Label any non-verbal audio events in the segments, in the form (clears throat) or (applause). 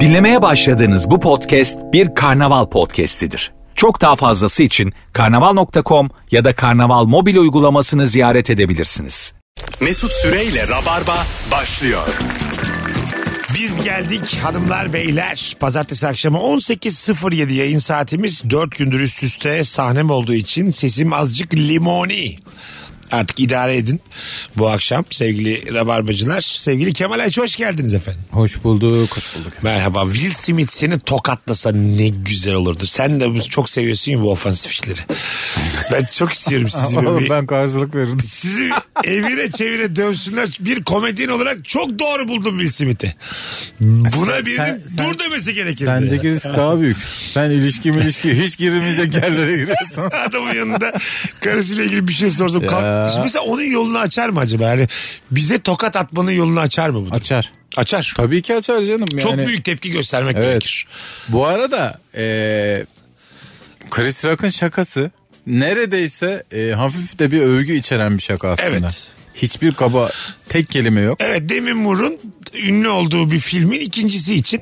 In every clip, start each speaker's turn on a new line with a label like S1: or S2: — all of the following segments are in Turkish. S1: Dinlemeye başladığınız bu podcast bir karnaval podcastidir. Çok daha fazlası için karnaval.com ya da karnaval mobil uygulamasını ziyaret edebilirsiniz.
S2: Mesut Süreyle Rabarba başlıyor.
S3: Biz geldik hanımlar beyler. Pazartesi akşamı 18.07 yayın saatimiz. 4 gündür üst üste sahnem olduğu için sesim azıcık limoni. Artık idare edin bu akşam sevgili rabarbacılar. Sevgili Kemal Ayça hoş geldiniz efendim.
S4: Hoş bulduk, hoş bulduk.
S3: Merhaba. Will Smith seni tokatlasa ne güzel olurdu. Sen de bu- çok seviyorsun ya bu ofansif işleri. Ben çok istiyorum (laughs) sizi böyle bir-
S4: ben karşılık verirdim.
S3: Sizi evire çevire dövsünler. Bir komedyen olarak çok doğru buldum Will Smith'i. Buna birinin
S4: sen- sen-
S3: dur demesi gerekirdi.
S4: Sendeki risk daha büyük. Sen ilişki ilişki hiç girmeyecek yerlere giriyorsun.
S3: (laughs) Adamın yanında karısıyla ilgili bir şey sorsam.
S4: Ya.
S3: kalk- Şimdi mesela onun yolunu açar mı acaba? Yani bize tokat atmanın yolunu açar mı bu? durum?
S4: Açar.
S3: Açar.
S4: Tabii ki açar canım. Yani,
S3: Çok büyük tepki göstermek
S4: Evet.
S3: gerekir.
S4: Bu arada eee Chris Rock'ın şakası neredeyse eee, hafif de bir övgü içeren bir şaka aslında.
S3: Evet.
S4: Hiçbir kaba tek kelime (laughs) yok.
S3: Evet Demi Moore'un ünlü olduğu bir filmin ikincisi için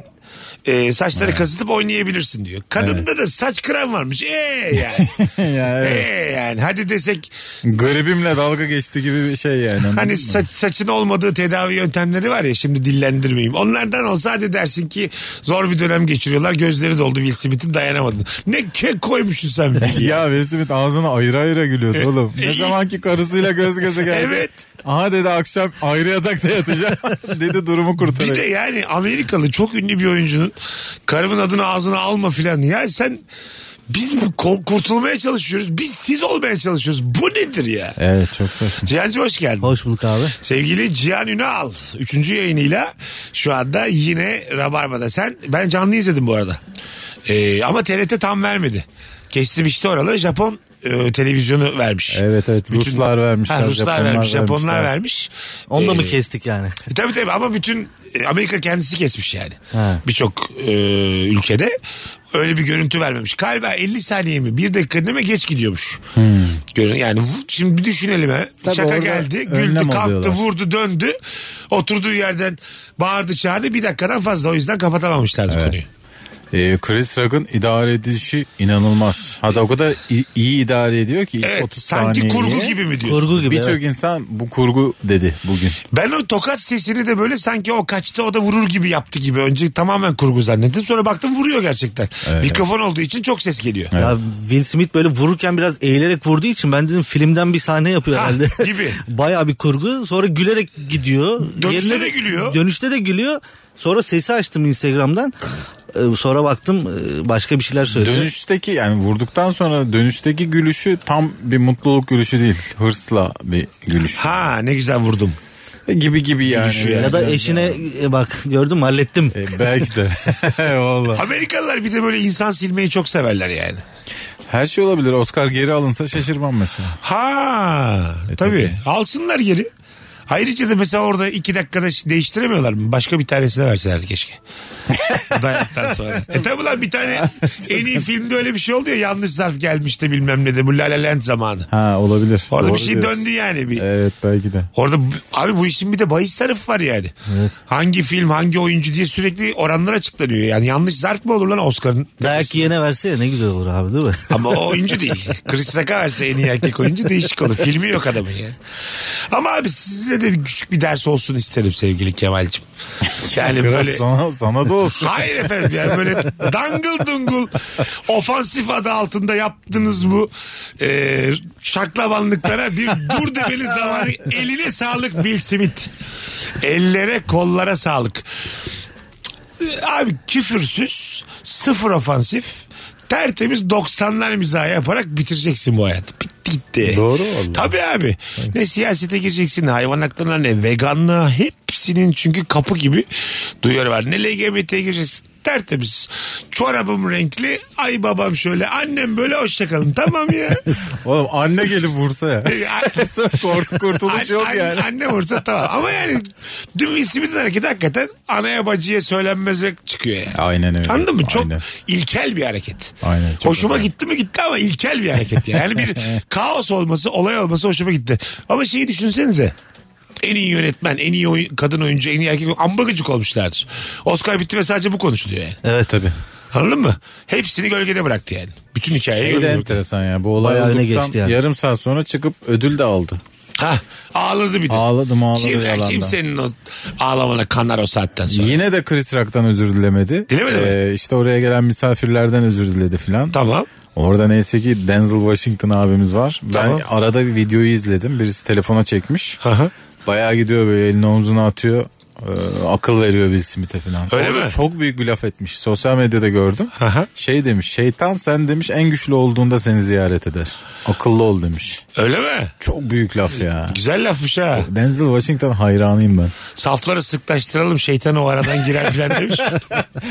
S3: e, saçları kazıtıp oynayabilirsin diyor. Kadında da saç kıran varmış. Eee yani.
S4: yani, (laughs) evet.
S3: Eee yani. Hadi desek
S4: Garibimle dalga geçti gibi bir şey yani. anladın
S3: Hani
S4: mı?
S3: saç, saçın olmadığı tedavi yöntemleri var ya şimdi dillendirmeyeyim. Onlardan olsa hadi dersin ki zor bir dönem geçiriyorlar. Gözleri doldu Will Smith'in dayanamadın. Ne kek koymuşsun sen
S4: (laughs)
S3: bizi ya.
S4: Ya Will Smith ağzını ayrı ayrı gülüyordu
S3: (laughs)
S4: oğlum.
S3: e,
S4: Ne zamanki karısıyla göz göze geldi.
S3: Evet.
S4: Aha dedi akşam ayrı yatakta
S3: (laughs)
S4: yatacağım. dedi durumu
S3: Bir
S4: kurtarayım.
S3: de yani Amerikalı çok ünlü bir oyuncunun karımın adını ağzına alma filan. Ya sen biz bu ko- kurtulmaya çalışıyoruz. Biz siz olmaya çalışıyoruz. Bu nedir ya?
S4: Evet çok saçma.
S3: Cihan'cığım hoş geldin.
S5: Hoş bulduk abi.
S3: Sevgili Cihan Ünal 3. yayınıyla şu anda yine Rabarba'da. Sen ben canlı izledim bu arada. Ee, ama TRT tam vermedi. Kestirmişti oraları. Japon e, televizyonu vermiş.
S4: Evet, evet. Ruslar vermişler,
S3: Ha, Ruslar
S4: Japonlar
S3: vermiş, Japonlar
S4: vermişler.
S3: vermiş.
S5: Onu da mı
S3: Ee,
S5: kestik yani?
S3: e, Tabii tabii ama bütün e, Amerika kendisi kesmiş yani.
S5: Ha.
S3: Birçok e, ülkede öyle bir görüntü vermemiş. Galiba 50 saniye mi bir dakika değil mi geç gidiyormuş. Görün yani vu- şimdi bir düşünelim ha.
S4: Hmm. Tabii
S3: Şaka
S4: orada
S3: geldi, güldü,
S4: önlem
S3: kalktı,
S4: alıyorlar.
S3: vurdu, döndü. Oturduğu yerden bağırdı, çağırdı. Bir dakikadan fazla o yüzden kapatamamışlardı konuyu.
S4: Ee, Chris Rock'ın idare edilişi inanılmaz. Hatta o kadar iyi, iyi idare ediyor ki. ilk
S3: Evet
S4: 30
S3: sanki
S4: saniyeyi.
S3: kurgu gibi mi diyorsun?
S5: Kurgu gibi.
S4: Birçok
S5: evet.
S4: insan bu kurgu dedi bugün.
S3: Ben o tokat sesini de böyle sanki o kaçtı o da vurur gibi yaptı gibi. Önce tamamen kurgu zannettim. Sonra baktım vuruyor gerçekten. Mikrofon olduğu için çok ses geliyor.
S5: Ya Will Smith böyle vururken biraz eğilerek vurduğu için ben dedim filmden bir sahne yapıyor
S3: Ha,
S5: herhalde.
S3: (laughs) gibi.
S5: (laughs) Bayağı bir kurgu. Sonra gülerek gidiyor.
S3: Dönüşte de gülüyor.
S5: Dönüşte de gülüyor. Sonra sesi açtım Instagram'dan. Ee, Sonra baktım e, başka bir şeyler söylüyor.
S4: Dönüşteki yani vurduktan sonra dönüşteki gülüşü tam bir mutluluk gülüşü değil. Hırsla bir gülüş.
S3: Ha ne güzel vurdum.
S4: Gibi gibi yani.
S3: Gülüşü
S5: ya da
S4: Yani-
S5: eşine e, bak gördün mü hallettim.
S4: E, belki de. (laughs) Vallahi.
S3: Amerikalılar bir de böyle insan silmeyi çok severler yani.
S4: Her şey olabilir. Oscar geri alınsa şaşırmam mesela.
S3: Ha
S4: E,
S3: tabii. Alsınlar geri. Ayrıca da mesela orada iki dakikada ş- değiştiremiyorlar mı? Başka bir tanesine
S4: (laughs)
S3: verselerdi keşke. Dayaktan sonra. E tabi lan bir tane en iyi filmde öyle bir şey oldu ya yanlış zarf gelmişti bilmem ne de bu La La Land zamanı.
S4: Ha olabilir.
S3: Orada
S4: Doğru
S3: bir şey
S4: diyorsun.
S3: döndü yani bir.
S4: Evet belki de.
S3: Orada bu- abi bu işin bir de bahis tarafı var yani. Hangi film hangi oyuncu diye sürekli oranlar açıklanıyor. Yani yanlış zarf mı olur lan Oscar'ın?
S5: Dayak yene verse ya ne güzel olur
S3: (laughs)
S5: abi değil mi?
S3: Ama o oyuncu değil. Chris Rock'a verse en iyi erkek oyuncu değişik olur. Filmi yok adamın ya. Ama abi size de bir küçük bir ders olsun isterim sevgili Kemal'cim. Yani
S4: Kral
S3: Hani böyle...
S4: sana, sana da
S3: (laughs)
S4: olsun.
S3: Hayır efendim yani böyle dangıl dungul ofansif adı altında yaptığınız bu e, şaklabanlıklara bir dur demeli zamanı eline sağlık Bill Smith. Ellere kollara sağlık. E, Abi küfürsüz sıfır ofansif tertemiz 90'lar mizahı yaparak bitireceksin bu hayatı. Bitti gitti.
S4: Doğru vallahi.
S3: Tabii abi. Ne siyasete gireceksin, ne hayvan haklarına ne veganlığa hepsinin çünkü kapı gibi duyarı var. Ne LGBT'ye gireceksin tertemiz. Çorabım renkli, ay babam şöyle, annem böyle hoşçakalın. Tamam ya. (laughs)
S4: Oğlum anne gelip vursa ya. Kort kurtuluş yok
S3: An- an-
S4: yani.
S3: Anne vursa tamam. Ama yani dün Will Smith'in hareketi hakikaten anaya bacıya söylenmeze çıkıyor yani.
S4: Aynen öyle.
S3: Anladın mı? Çok
S4: Aynen.
S3: ilkel bir hareket.
S4: Aynen, çok
S3: hoşuma
S4: güzel.
S3: gitti mi gitti
S4: (laughs)
S3: ama ilkel bir hareket. Yani, yani bir kaos olması, olay olması hoşuma gitti. Ama şeyi düşünsenize. en iyi yönetmen, en iyi oy- kadın oyuncu, en iyi erkek oyuncu ambagıcık olmuşlardır. Oscar bitti ve sadece bu konuşuluyor yani.
S5: Evet tabii.
S3: Anladın mı? Hepsini gölgede bıraktı yani. Bütün hikayeyi
S4: Şey de
S3: gölgede bıraktı.
S4: enteresan ya. Bu olay
S5: Bayağı öne
S4: olduktan
S5: geçti yani.
S4: yarım saat sonra çıkıp ödül de aldı.
S3: Ha, ağladı bir de.
S4: Ağladım ağladı
S3: Kim,
S4: yalandan.
S3: kimsenin o ağlamana kanar o saatten sonra.
S4: Yine de Chris Rock'tan özür dilemedi.
S3: Dilemedi mi?
S4: İşte oraya gelen misafirlerden özür diledi filan.
S3: Tamam.
S4: Orada neyse ki Denzel Washington abimiz var.
S3: Tamam.
S4: Ben arada bir videoyu izledim. Birisi telefona çekmiş.
S3: hı.
S4: Bayağı gidiyor böyle elini omzuna atıyor. Ee, akıl veriyor Will Smith'e falan.
S3: Öyle
S4: Orada
S3: mi?
S4: Çok büyük bir laf etmiş. Sosyal medyada gördüm.
S3: hı.
S4: Şey demiş şeytan sen demiş en güçlü olduğunda seni ziyaret eder. Akıllı ol demiş.
S3: Öyle mi?
S4: Çok büyük laf ya.
S3: Güzel lafmış ha.
S4: Denzel Washington hayranıyım ben.
S3: Safları sıklaştıralım şeytan o aradan girer filan demiş.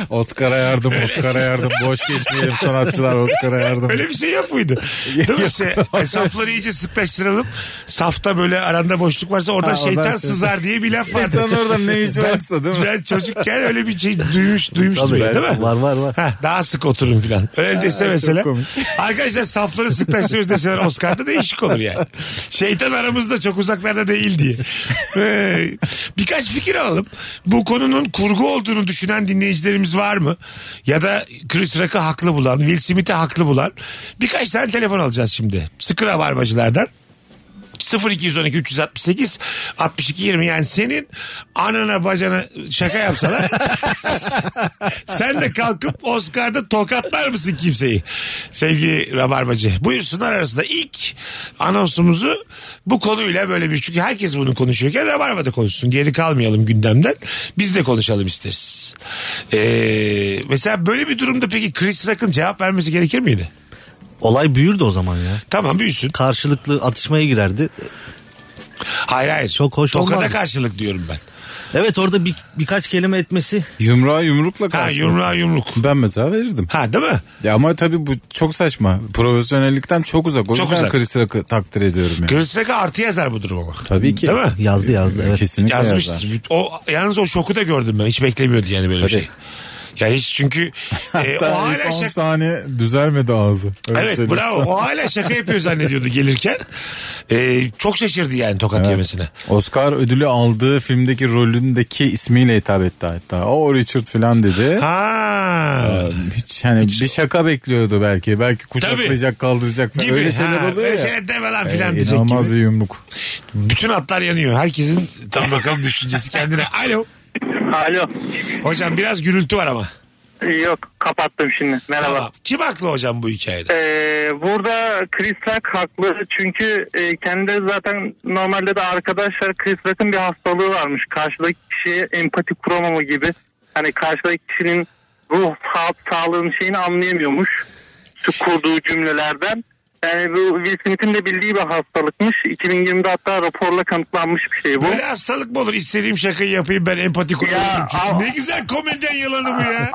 S4: Oscar'a yardım, Oscar'a yardım. Boş geçmeyelim sanatçılar Oscar'a yardım.
S3: Öyle bir şey yok muydu? Değil mi? Şey, e, safları iyice sıklaştıralım. Safta böyle aranda boşluk varsa oradan
S4: Ha, oradan
S3: şeytan
S4: şey-
S3: sızar diye bir laf vardı.
S4: Şeytan orada ne işi varsa değil mi?
S3: Ben çocukken öyle bir şey duymuş, duymuştum
S5: Tabii.
S3: ben, değil mi?
S5: Var, var, var.
S3: Heh, daha sık oturun filan. Öyle dese mesela.
S4: komik.
S3: Arkadaşlar safları sıklaştırıyoruz deseler Oscar'da değişik olur yani. Şeytan aramızda çok uzaklarda değil diye. Ee, birkaç fikir alalım. Bu konunun kurgu olduğunu düşünen dinleyicilerimiz var mı? Ya da Chris Rock'ı haklı bulan, Will Smith'i haklı bulan. Birkaç tane telefon alacağız şimdi. Sıkı rabarbacılardan. 0212 368 62 20 yani senin anana bacana şaka yapsalar sen de kalkıp Oscar'da tokatlar mısın kimseyi sevgili Rabarbacı buyursunlar arasında ilk anonsumuzu bu konuyla böyle bir çünkü herkes bunu konuşuyorken Rabarba'da konuşsun geri kalmayalım gündemden biz de konuşalım isteriz Ee, mesela böyle bir durumda peki Chris Rock'ın cevap vermesi gerekir miydi?
S5: Olay büyürdü o zaman ya.
S3: Tamam büyüsün.
S5: Karşılıklı atışmaya girerdi.
S3: Hayır hayır.
S5: Çok hoş
S3: Tokada
S5: olmaz.
S3: karşılık diyorum ben.
S5: Evet orada bir, birkaç kelime etmesi.
S4: Yumruğa yumrukla
S3: Ha
S4: karşı.
S3: yumruğa yumruk.
S4: Ben mesela verirdim.
S3: Ha değil mi?
S4: Ya ama tabii bu çok saçma. Profesyonellikten çok uzak. O
S3: Çok
S4: yüzden
S3: uzak.
S4: Chris Rock'ı takdir ediyorum yani.
S3: Chris Rock'a artı yazar bu durum ama.
S4: tabii ki.
S3: Değil mi?
S5: Yazdı
S3: Ee,
S5: yazdı evet.
S4: Kesinlikle
S3: Yazmıştır.
S4: yazar.
S3: O, yalnız o şoku da gördüm ben. Hiç beklemiyordu yani böyle bir
S4: Tabii.
S3: şey. Ya
S4: (laughs)
S3: hiç çünkü e, o
S4: Hatta
S3: hala
S4: ilk 10
S3: şaka...
S4: saniye düzelmedi ağzı. Öyle
S3: Evet
S4: söyleyeyim
S3: bravo.
S4: sana.
S3: O hala şaka yapıyor zannediyordu gelirken. E, çok şaşırdı yani tokat yemesine.
S4: Oscar ödülü aldığı filmdeki rolündeki ismiyle hitap etti hatta. O Richard falan dedi.
S3: Ha.
S4: Hiç hani bir şaka bekliyordu belki. Belki kucaklayacak kaldıracak falan.
S3: Gibi.
S4: Öyle şeyler
S3: ha,
S4: oluyor
S3: öyle
S4: ya.
S3: şeyler deme lan
S4: Ee,
S3: filan diyecek
S4: inanılmaz
S3: gibi.
S4: bir yumruk.
S3: Bütün atlar yanıyor. Herkesin tam bakalım
S4: (laughs)
S3: düşüncesi kendine. Alo.
S6: Alo.
S3: Hocam biraz gürültü var ama.
S6: Yok kapattım şimdi. Merhaba.
S3: Tamam. Kim haklı hocam bu hikayede?
S6: Ee, burada Chris Rock haklı çünkü e, kendileri zaten normalde de arkadaşlar Chris Rock'ın bir hastalığı varmış. Karşıdaki kişiye empati kuramama gibi. Hani karşıdaki kişinin ruh sa- sağlığının şeyini anlayamıyormuş. Şu kurduğu cümlelerden. Yani bu Will Smith'in de bildiği bir hastalıkmış. 2020'de hatta raporla kanıtlanmış bir şey bu.
S3: Böyle hastalık mı olur? İstediğim şakayı yapayım ben empati kurarım.
S6: Ya, ama-
S3: Ne güzel komedyen yalanı bu ya.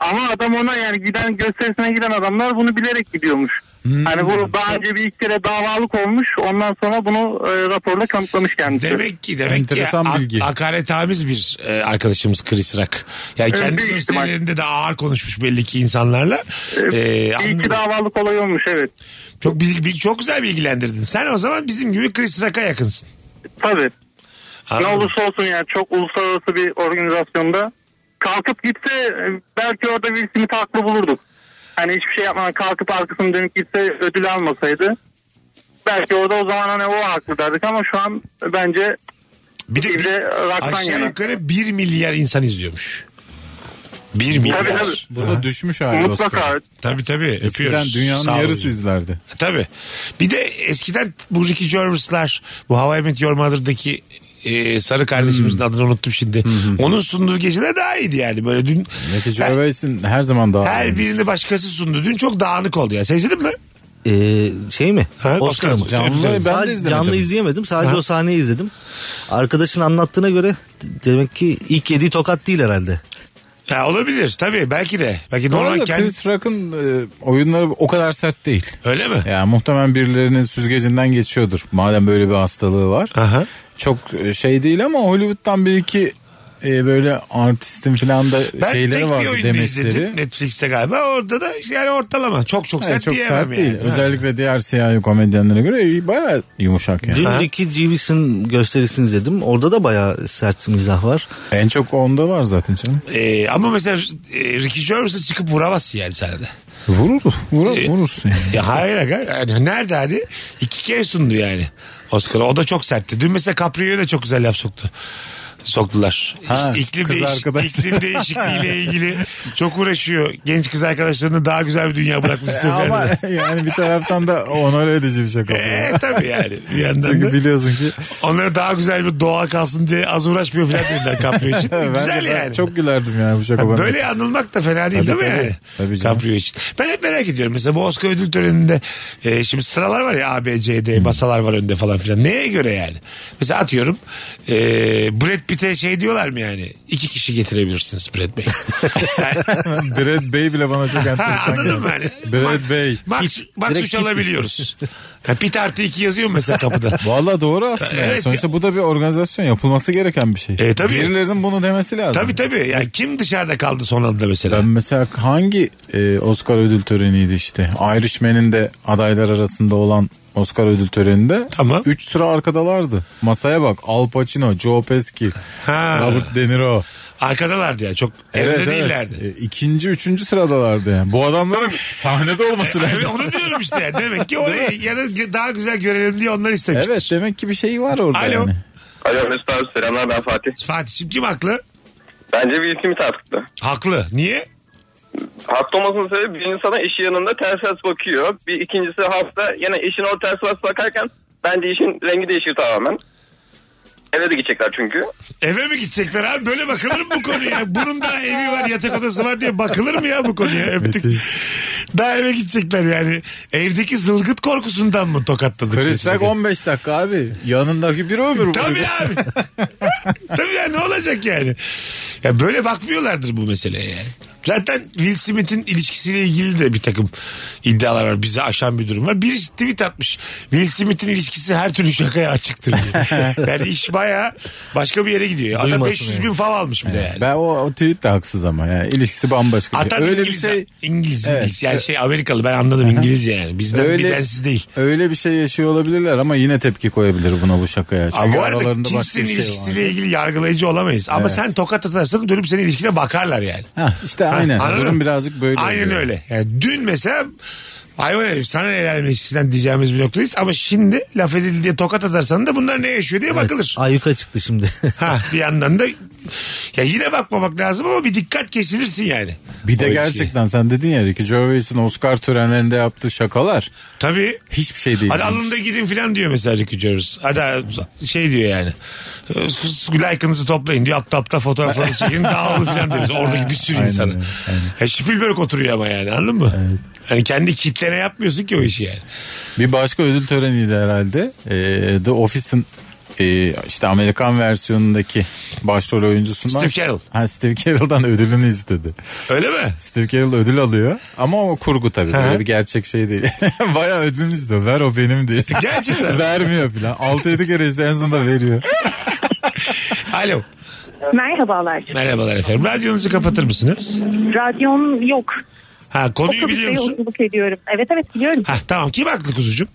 S6: Ama adam ona yani giden gösterisine giden adamlar bunu bilerek gidiyormuş.
S3: Hmm.
S6: Hani bu daha önce bir iki kere davalık olmuş. Ondan sonra bunu e, raporla kanıtlamış kendisi.
S3: Demek ki demek
S4: Enteresan
S3: ki ha-
S4: bilgi.
S3: hakaretamiz bir e, arkadaşımız Chris Rock. Yani
S6: Evet,
S3: kendi
S6: büyük ihtimal.
S3: gösterilerinde de ağır konuşmuş belli ki insanlarla. E,
S6: bir
S3: anladım.
S6: iki davalık olay olmuş evet.
S3: çok bil- bil- çok güzel bilgilendirdin. Sen o zaman bizim gibi Chris Rock'a yakınsın.
S6: Tabii. Ne
S3: Anladım.
S6: olursa olsun yani çok uluslararası bir organizasyonda kalkıp gitse e, belki orada Will Smith'i haklı bulurduk. Hani hiçbir şey yapmadan kalkıp arkasını dönüp gitse ödül almasaydı belki orada o zaman hani o haklı derdik ama şu an bence
S3: Bir de
S6: Bir de Rock'tan
S3: aşağı
S6: yana.
S3: yukarı 1 milyar insan izliyormuş. 1 milyar.
S6: tabii tabii.
S4: Bu da düşmüş hali
S6: Mutlaka
S4: Oscar.
S3: Tabii tabii.
S4: Eskiden
S3: Öpüyoruz.
S4: dünyanın
S3: Sağ olun
S4: yarısı
S3: hocam.
S4: izlerdi.
S3: E, Tabii. Bir de eskiden bu Ricky Gervais'lar bu How I Met Your Mother'daki e, sarı kardeşimizin
S4: Hmm.
S3: adını unuttum şimdi. Onun sunduğu geceler daha iyiydi yani. Böyle dün
S4: Ricky Gervais'in her zaman daha
S3: her
S4: iyiymiş.
S3: birini başkası sundu. Dün çok dağınık oldu ya. Sen izledin mi?
S5: Ee, şey mi?
S3: Ha,
S5: Oscar
S3: Oscar.
S5: mı?
S4: Canlı ben de
S5: Sadece
S4: izlemedim.
S5: Canlı izleyemedim. Sadece
S3: Ha.
S5: o sahneyi izledim. Arkadaşın anlattığına göre d- demek ki ilk yediği tokat değil herhalde.
S3: Ya olabilir tabii belki de. Belki
S4: Bu arada
S3: normal kendi...
S4: Chris Rock'ın e, oyunları o kadar sert değil.
S3: Öyle mi?
S4: Yani muhtemelen birilerinin süzgecinden geçiyordur. Madem böyle bir hastalığı var.
S3: Aha.
S4: Çok e, şey değil ama Hollywood'dan bir iki e, böyle artistin falan da
S3: Ben
S4: şeyleri
S3: tek bir
S4: vardı
S3: oyunu izledim
S4: demeçleri.
S3: Netflix'te galiba. Orada da yani ortalama. Çok çok
S4: Yani
S3: sert
S4: çok
S3: diyemem
S4: sert
S3: yani.
S4: değil.
S3: Ha.
S4: Özellikle diğer siyahi komedyenlere göre iyi, bayağı yumuşak yani.
S5: Dün Ricky Gervais'in gösterisini izledim. Orada da bayağı sert mizah var.
S4: En çok onda var zaten canım.
S3: Ee, ama mesela e, Ricky Gervais'e çıkıp vuramazsın yani sahnede.
S4: Vurur, vurur,
S3: E,
S4: vurursun yani.
S3: Ya hayır aga. Yani nerede hadi? İki kere sundu yani. Oscar o da çok sertti. Dün mesela Caprio'ya da çok güzel laf soktu. Soktular.
S4: Ha,
S3: İ- iklim,
S4: kız
S3: değiş-
S4: arkadaş. (laughs)
S3: iklim değişikliğiyle ilgili çok uğraşıyor. Genç kız arkadaşlarını daha güzel bir dünya
S4: (laughs)
S3: bırakmak istiyor.
S4: E, Ama
S3: (laughs) Ama...
S4: yani bir taraftan da onore edici bir şaka. bu ya.
S3: Ee, tabii yani. Bir yandan da.
S4: Çünkü biliyorsun ki
S3: Onlara daha güzel bir doğa kalsın diye az uğraşmıyor falan dediler
S4: (laughs)
S3: Caprio için.
S4: ben,
S3: güzel
S4: de- ben
S3: yani.
S4: çok gülerdim yani bu şaka bana.
S3: Böyle anılmak da fena değil
S4: Tabii,
S3: değil mi
S4: tabii.
S3: yani?
S4: Tabii canım.
S3: Caprio için. Ben hep merak ediyorum. Mesela bu Oscar ödül töreninde e, şimdi sıralar var ya A, B, C,
S4: Hmm.
S3: D masalar var önde falan filan. Neye göre yani? Mesela atıyorum e, Brad Pitt'e şey diyorlar mı yani? İki kişi getirebilirsiniz
S4: (laughs)
S3: Brad Bey. Yani,
S4: Brad Bey bile bana çok enteresan
S3: Anladın
S4: geldi.
S3: mı? Hani,
S4: Brad Bey.
S3: Max, max
S5: direkt
S3: üç
S5: Pitt.
S3: alabiliyoruz. Ha, Pitt artı iki yazıyor mu
S4: (laughs)
S3: mesela kapıda?
S4: Valla doğru aslında.
S3: Evet
S4: Sonuçta bu da bir organizasyon yapılması gereken bir şey.
S3: E, tabii.
S4: Birilerinin bunu demesi lazım.
S3: tabii tabii. Yani kim dışarıda kaldı son anda mesela?
S4: Ben mesela hangi e, Oscar ödül töreniydi işte? Irishman'in de adaylar arasında olan Oscar ödül töreninde
S3: Tamam.
S4: 3 sıra arkadalardı. Masaya bak Al Pacino, Joe Pesci,
S3: Ha.
S4: Robert De Niro.
S3: Arkadalardı ya çok evet, değillerdi.
S4: E, İkinci, üçüncü sıradalardı yani. Bu adamların sahnede olması lazım.
S3: Evet, onu diyorum işte. Demek ki oraya ya da daha güzel görelim diye onlar istemiştir.
S4: Evet demek ki bir şey var orada
S3: Alo.
S4: yani.
S6: Alo Mesut abi selamlar ben Fatih.
S3: Fatih'im kim haklı?
S6: Bence Will Smith haklı.
S3: Haklı. Niye?
S6: Haklı olmasının sebebi bir insana işi yanında ters ters bakıyor. Bir ikincisi hasta yine işin o ters ters bakarken bence işin rengi değişir tamamen. Eve de gidecekler çünkü.
S3: Eve mi gidecekler abi? Böyle bakılır mı bu konuya? Bunun daha evi var, yatak odası var diye bakılır mı ya bu konuya? Öptük. daha eve gidecekler yani. Evdeki zılgıt korkusundan mı tokatladık?
S4: Chris Rock
S3: Kesinlikle.
S4: 15 dakika abi. Yanındaki bir ömür. bu.
S3: Tabii
S4: (laughs)
S3: abi. Tabii ya ne olacak yani? Ya böyle bakmıyorlardır bu meseleye yani. Zaten Will Smith'in ilişkisiyle ilgili de bir takım iddialar var. Bizi aşan bir durum var. Birisi tweet atmış. Will Smith'in ilişkisi her türlü şakaya açıktır diye.
S4: (laughs)
S3: yani iş baya başka bir yere gidiyor. Adam
S4: Duymasın
S3: 500
S4: yani.
S3: bin fav almış bir de yani.
S4: Ben o, o tweet de haksız ama yani ilişkisi bambaşka. bir şey.
S3: Atan
S4: Öyle bir
S3: İngiliz,
S4: şey
S3: İngiliz,
S4: Evet.
S3: İngiliz. Yani şey Amerikalı ben anladım İngilizce yani. Bizden
S4: Öyle-
S3: bilensiz değil.
S4: öyle bir şey yaşıyor olabilirler ama yine tepki koyabilir buna bu şakaya. Çünkü
S3: Ama bu arada
S4: aralarında başka
S3: kimsenin
S4: bir şey var.
S3: ilişkisiyle ilgili yargılayıcı olamayız. Ama sen tokat atarsan dönüp senin ilişkine bakarlar yani.
S4: Ha, işte aynen.
S3: anladın
S4: Durum
S3: mı?
S4: birazcık böyle.
S3: Aynen
S4: oluyor.
S3: öyle. Yani dün mesela hayvan herif sana helal meclisinden diyeceğimiz bir noktadayız. Ama şimdi laf edildi diye tokat atarsan da bunlar ne yaşıyor diye bakılır.
S5: Ayyuka çıktı şimdi. (laughs)
S3: Ha,
S4: Ah.
S3: bir yandan da ya yine bakmamak lazım ama bir dikkat kesilirsin yani.
S4: Bir
S3: O
S4: de
S3: ilişkiye.
S4: gerçekten sen dedin ya Ricky Gervais'in Oscar törenlerinde yaptığı şakalar
S3: Tabii.
S4: hiçbir şey değil.
S3: Hadi alın da gidin filan diyor mesela Ricky Gervais. Hadi şey diyor yani. Like'ınızı toplayın diyor. Apta
S4: (laughs)
S3: apta fotoğraflarınızı çekin dağılın filan diyor. mesela. Oradaki bir sürü
S4: Aynen
S3: insanı.
S4: öyle,
S3: Ya Spielberg oturuyor ama yani anladın mı? Yani kendi kitlene yapmıyorsun ki o işi yani.
S4: Bir başka ödül töreniydi herhalde. Ee, The Office'in e, işte Amerikan versiyonundaki başrol oyuncusundan
S3: Steve Carell.
S4: Ha, Steve Carell'dan ödülünü istedi.
S3: Öyle mi?
S4: Steve Carell ödül alıyor ama o kurgu tabii.
S3: Hı hı.
S4: Böyle bir gerçek şey değil. (laughs) Bayağı ödülünü istiyor. Ver o benim diye.
S3: (laughs) Gerçekten.
S4: Vermiyor filan. 6-7 kere işte en sonunda veriyor.
S3: Alo.
S7: Merhabalar.
S3: Merhabalar efendim. Radyonuzu kapatır mısınız?
S7: Radyom yok.
S3: Ha konuyu biliyor
S7: Otobüste
S3: musun?
S7: yolculuk ediyorum. Evet evet biliyorum.
S3: Ha tamam kim haklı kuzucuğum?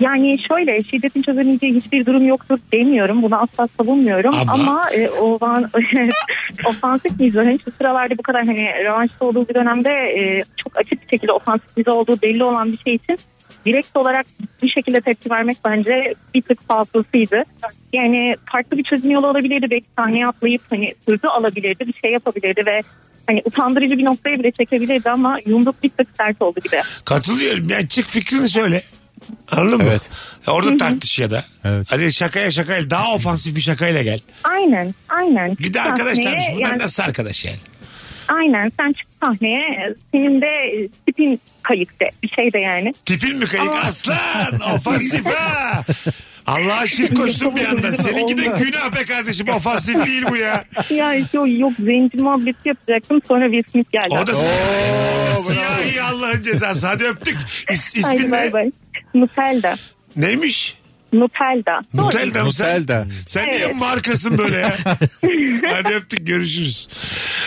S7: Yani şöyle şiddetin çözemeyeceği hiçbir durum yoktur demiyorum. Bunu asla savunmuyorum.
S3: Ama-
S7: Ama, e, o van, (laughs) ofansif mizahın şu sıralarda bu kadar hani revaçta olduğu bir dönemde e, çok açık bir şekilde ofansif mizah olduğu belli olan bir şey için direkt olarak bu şekilde tepki vermek bence bir tık fazlasıydı. Yani farklı bir çözüm yolu olabilirdi. Belki sahneye atlayıp hani sözü alabilirdi, bir şey yapabilirdi ve hani utandırıcı bir noktaya bile çekebilirdi ama yumruk bir tık sert oldu gibi.
S3: Katılıyorum. Yani çık fikrini söyle. Anladın mı?
S4: Evet.
S3: Ya orada tartış ya da.
S4: Evet.
S3: Hadi şakaya şakayla daha ofansif bir şakayla gel.
S7: Aynen, aynen.
S3: Bir de
S7: Sahneye
S3: arkadaşlarmış. Bunlar
S7: yani-
S3: nasıl arkadaş yani?
S7: Aynen sen çık sahneye e, senin de e, tipin kayıktı bir şey de yani.
S3: Tipin mi kayık?
S7: Aa.
S3: Aslan! Ofansif
S7: (laughs)
S3: ha! Allah'a şirk koştum bir yandan. Seninki de günah be kardeşim. Ofansif değil bu ya.
S7: Ya yok, yok zenci muhabbeti yapacaktım sonra Will Smith geldi.
S3: O da siyah. Siyahi Allah'ın cezası. Hadi öptük. İs, ismin
S7: Haydi bay
S3: ne?
S7: bay. Nutelda.
S3: Neymiş?
S7: Nutella. Doğru.
S3: Nutelda mı sen?
S4: Nutelda.
S3: Sen niye markasın böyle ya? Hadi öptük görüşürüz.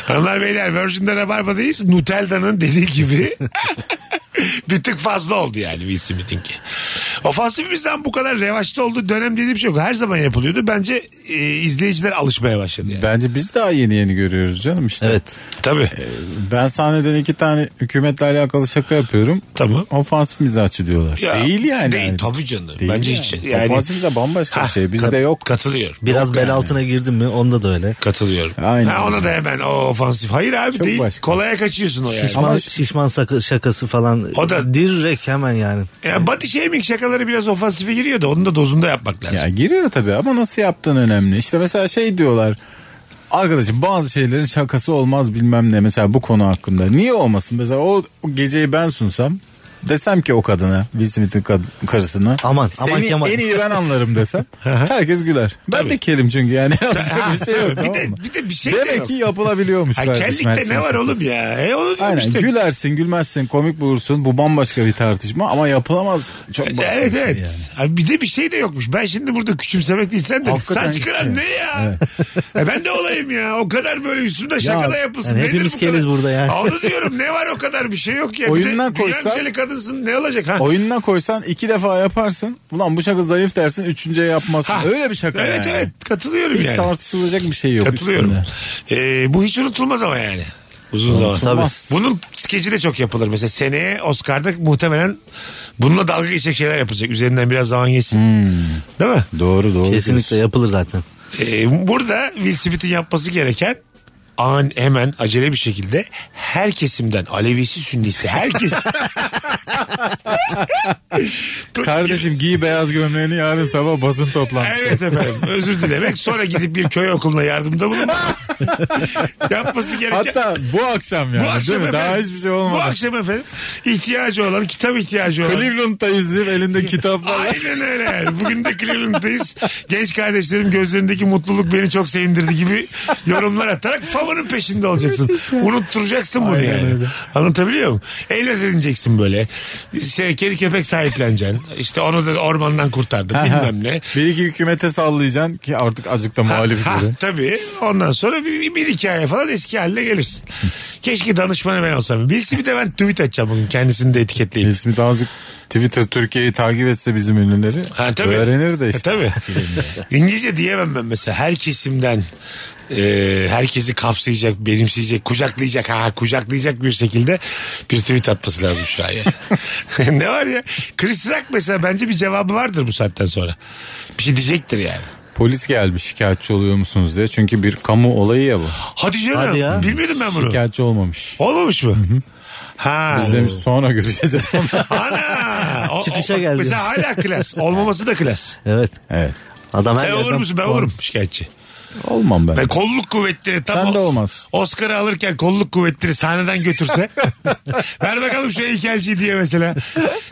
S3: Hanımlar beyler Virgin'de Rabarba'dayız. Nutelda'nın dediği gibi (laughs) bir tık fazla oldu yani Will Smith'inki. Ofansif bizden bu kadar revaçta olduğu dönem dediğim şey yok. Her zaman yapılıyordu. Bence e, izleyiciler alışmaya başladı yani.
S4: Bence biz daha yeni yeni görüyoruz canım işte.
S5: Evet.
S3: Tabii.
S4: Ben sahneden iki tane hükümetle alakalı şaka yapıyorum.
S3: Tamam.
S4: Ofansif mizahçı diyorlar.
S3: Ya,
S4: E, değil yani.
S3: Değil
S4: Yani.
S3: tabii canım.
S4: Değil
S3: Bence
S4: yani.
S3: hiç yani.
S4: Ofansif mizah bambaşka bir şey. Bizde
S3: kat-
S4: yok.
S3: Katılıyor.
S5: Biraz bel altına girdin mi onda da öyle.
S3: Katılıyorum.
S4: Aynen.
S3: Ha, ona da hemen o ofansif. Hayır abi
S4: Çok
S3: değil.
S4: başka.
S3: Kolaya kaçıyorsun o yani.
S5: Şişman, şişman sakı- şakası falan.
S3: O da-
S5: Direkt hemen yani.
S3: Ya body shaming şakaları biraz ofansife giriyor da onu da dozunda yapmak lazım.
S4: Ya giriyor tabii ama nasıl yaptığın önemli. İşte mesela şey diyorlar. Arkadaşım bazı şeylerin şakası olmaz bilmem ne. Mesela bu konu hakkında. Niye olmasın? Mesela o geceyi ben sunsam desem ki o kadına Will Smith'in kad- karısına
S5: Aman,
S4: seni
S5: aman Kemal."
S4: en iyi ben anlarım
S3: (laughs)
S4: desem herkes güler. Ben de kerim çünkü yani (laughs) yapacak bir şey yok.
S3: (laughs) bir,
S4: tamam
S3: de,
S4: mı?
S3: bir de bir şey de
S4: Demek
S3: yok.
S4: ki yapılabiliyormuş.
S3: Ha,
S4: kardeşim, her
S3: kellikte
S4: şey
S3: ne var
S4: şakası.
S3: oğlum ya? E onu diyorum
S4: Aynen
S3: işte.
S4: gülersin gülmezsin komik bulursun bu bambaşka bir tartışma ama yapılamaz çok basit
S3: E, Evet
S4: bir şey
S3: evet.
S4: yani.
S3: Abi bir de bir şey de yokmuş. Ben şimdi burada küçümsemek istem de
S4: Hakikaten
S3: saç
S4: hiçbir
S3: kıran
S4: şey yok.
S3: ne ya? E ben de olayım ya. O kadar böyle üstümde şaka da yapılsın.
S5: yani
S3: Nedir
S5: hepimiz
S3: bu kadar?
S5: keliz burada yani.
S3: Ha, Onu diyorum ne var o kadar bir şey yok ya.
S4: Oyundan
S3: bir de
S4: koysa-
S3: güzel kadınsın ne olacak ha?
S4: Oyununa koysan iki defa yaparsın. Ulan bu şaka zayıf dersin üçüncüye yapmazsın.
S3: Ha.
S4: Öyle bir şaka
S3: Evet
S4: yani.
S3: evet katılıyorum
S4: Hiç
S3: yani.
S4: tartışılacak bir şey yok.
S3: Katılıyorum.
S4: üstünde.
S3: Ee, bu hiç unutulmaz ama yani. Uzun zaman.
S4: Unutulmaz.
S3: Bunun skeci de çok yapılır. Mesela seneye Oscar'da muhtemelen bununla dalga geçecek şeyler yapılacak. Üzerinden biraz zaman geçsin.
S4: Hmm.
S3: Değil mi?
S4: Doğru doğru.
S5: Kesinlikle yapılır zaten.
S3: Ee, burada Will Smith'in yapması gereken an hemen acele bir şekilde her kesimden Alevisi Sünnisi herkes
S4: (laughs)
S3: Tut-
S4: Kardeşim giy beyaz gömleğini yarın sabah basın toplantısı.
S3: Evet efendim özür dilemek sonra gidip bir köy okuluna
S4: (laughs)
S3: yardımda bulunmak yapması gereken
S4: Hatta bu akşam yani
S3: Bu akşam
S4: değil mi? Daha
S3: efendim-
S4: hiçbir şey
S3: Bu
S4: olmadı.
S3: akşam efendim ihtiyacı olan, kitap ihtiyacı olan.
S4: Cleveland'da izleyip elinde kitaplarla.
S3: Aynen öyle. Bugün de Cleveland'dayız. Genç kardeşlerim gözlerindeki mutluluk beni çok sevindirdi gibi yorumlar atarak favanın peşinde olacaksın. Unutturacaksın bunu
S4: Aynen
S3: yani.
S4: öyle.
S3: Anlatabiliyor muyum? Eyle edineceksin böyle. Şey, kedi köpek sahipleneceksin. İşte onu da ormandan kurtardım bilmem ne.
S4: Bir iki hükümete sallayacaksın ki artık azıcık da muhalif
S3: Ha,
S4: biri.
S3: tabii. Ondan sonra bir, bir, bir iki aya falan eski haline gelirsin. Keşke danışmanı ben olsam. Bilsi bir de ben tweet atacağım bugün. Kendisini de etiketleyip.
S4: Will Smith azıcık Twitter Türkiye'yi takip etse bizim ünlüleri
S3: Ha, tabii.
S4: öğrenir de
S3: E,
S4: işte. (laughs)
S3: tabii. İngilizce diyemem ben mesela. Her kesimden e, herkesi kapsayacak, benimseyecek, kucaklayacak, ha kucaklayacak bir şekilde bir tweet atması lazım şu an yani. (laughs) ne var ya? Chris Rock mesela bence bir cevabı vardır bu saatten sonra. Bir şey diyecektir yani.
S4: Polis gelmiş şikayetçi oluyor musunuz diye. Çünkü bir kamu olayı ya bu.
S3: Hadi canım.
S5: Hadi ya.
S3: Bilmiyordum ben bunu.
S4: Şikayetçi olmamış.
S3: Olmamış mı? Ha.
S4: Biz demiş sonra
S3: (laughs)
S4: görüşeceğiz.
S5: (laughs)
S3: Ana. O-
S5: Çıkışa
S3: o-
S5: geldi.
S3: Mesela hala klas. Olmaması da klas.
S5: Evet.
S4: evet.
S5: Adam her
S3: Sen
S5: yerden-
S3: olur musun? Ben olurum şikayetçi.
S4: Olmam ben.
S3: Ben kolluk kuvvetleri tam
S4: Sen de
S3: o-
S4: olmaz.
S3: Oscar'ı alırken kolluk kuvvetleri
S4: (laughs)
S3: sahneden götürse. ver bakalım şu heykelciyi diye mesela.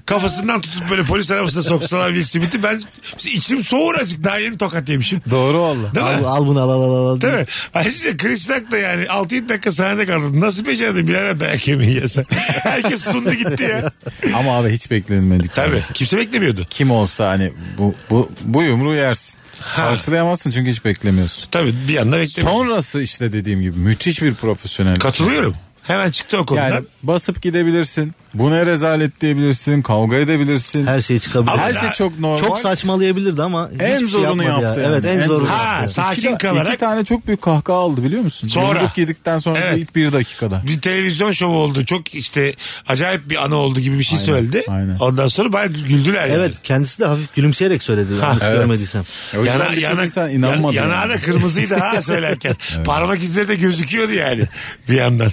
S3: Kafasından tutup böyle polis arabasına soksalar Will Smith'i ben içim soğur acık daha yeni tokat yemişim.
S4: Doğru valla.
S3: Değil mi?
S5: Al, al bunu al al al. al.
S3: Değil mi? Ayrıca Chris Rock da yani 6-7 dakika sahnede kaldı. Nasıl becerdin birader dayak yemeyi ya sen? (laughs) Herkes sundu gitti ya.
S4: Ama abi hiç beklenmedik.
S3: Tabii. Kimse beklemiyordu.
S4: Kim olsa hani bu, bu, bu yumruğu yersin. Karşılayamazsın çünkü hiç beklemiyorsun.
S3: Tabii bir anda beklemiyordu.
S4: Sonrası işte dediğim gibi müthiş bir profesyonel.
S3: Katılıyorum. Hemen çıktı o konudan.
S4: Yani basıp gidebilirsin. Bu ne rezalet diyebilirsin. Kavga edebilirsin. Her,
S5: Her şey çıkabilir.
S3: Ama-
S4: şey çok normal.
S5: çok saçmalayabilirdi ama
S4: En
S5: hiçbir şey
S4: zorunu
S5: yapmadı ya.
S4: yaptı. yani.
S5: Evet en, zorunu
S3: zorunu. Ha,
S5: yaptı.
S3: sa- Sakin
S4: iki,
S3: kalarak-
S4: İki tane çok büyük kahkaha aldı biliyor musun?
S3: Sonra.
S4: Yumruk yedikten sonra
S3: Evet.
S4: ilk bir dakikada.
S3: bir televizyon şovu oldu. Çok işte acayip bir ana oldu gibi bir şey
S4: Aynen,
S3: söyledi.
S4: aynen.
S3: Ondan sonra bayağı güldüler. yani.
S5: Evet kendisi de hafif gülümseyerek söyledi. yanlış
S4: evet.
S5: görmediysem.
S4: O yüzden
S3: Yana,
S4: birçok
S3: yana,
S4: insan inanmadı.
S3: yan- yanağı
S4: yani. (laughs)
S3: da kırmızıydı ha söylerken. Parmak izleri de gözüküyordu yani bir yandan.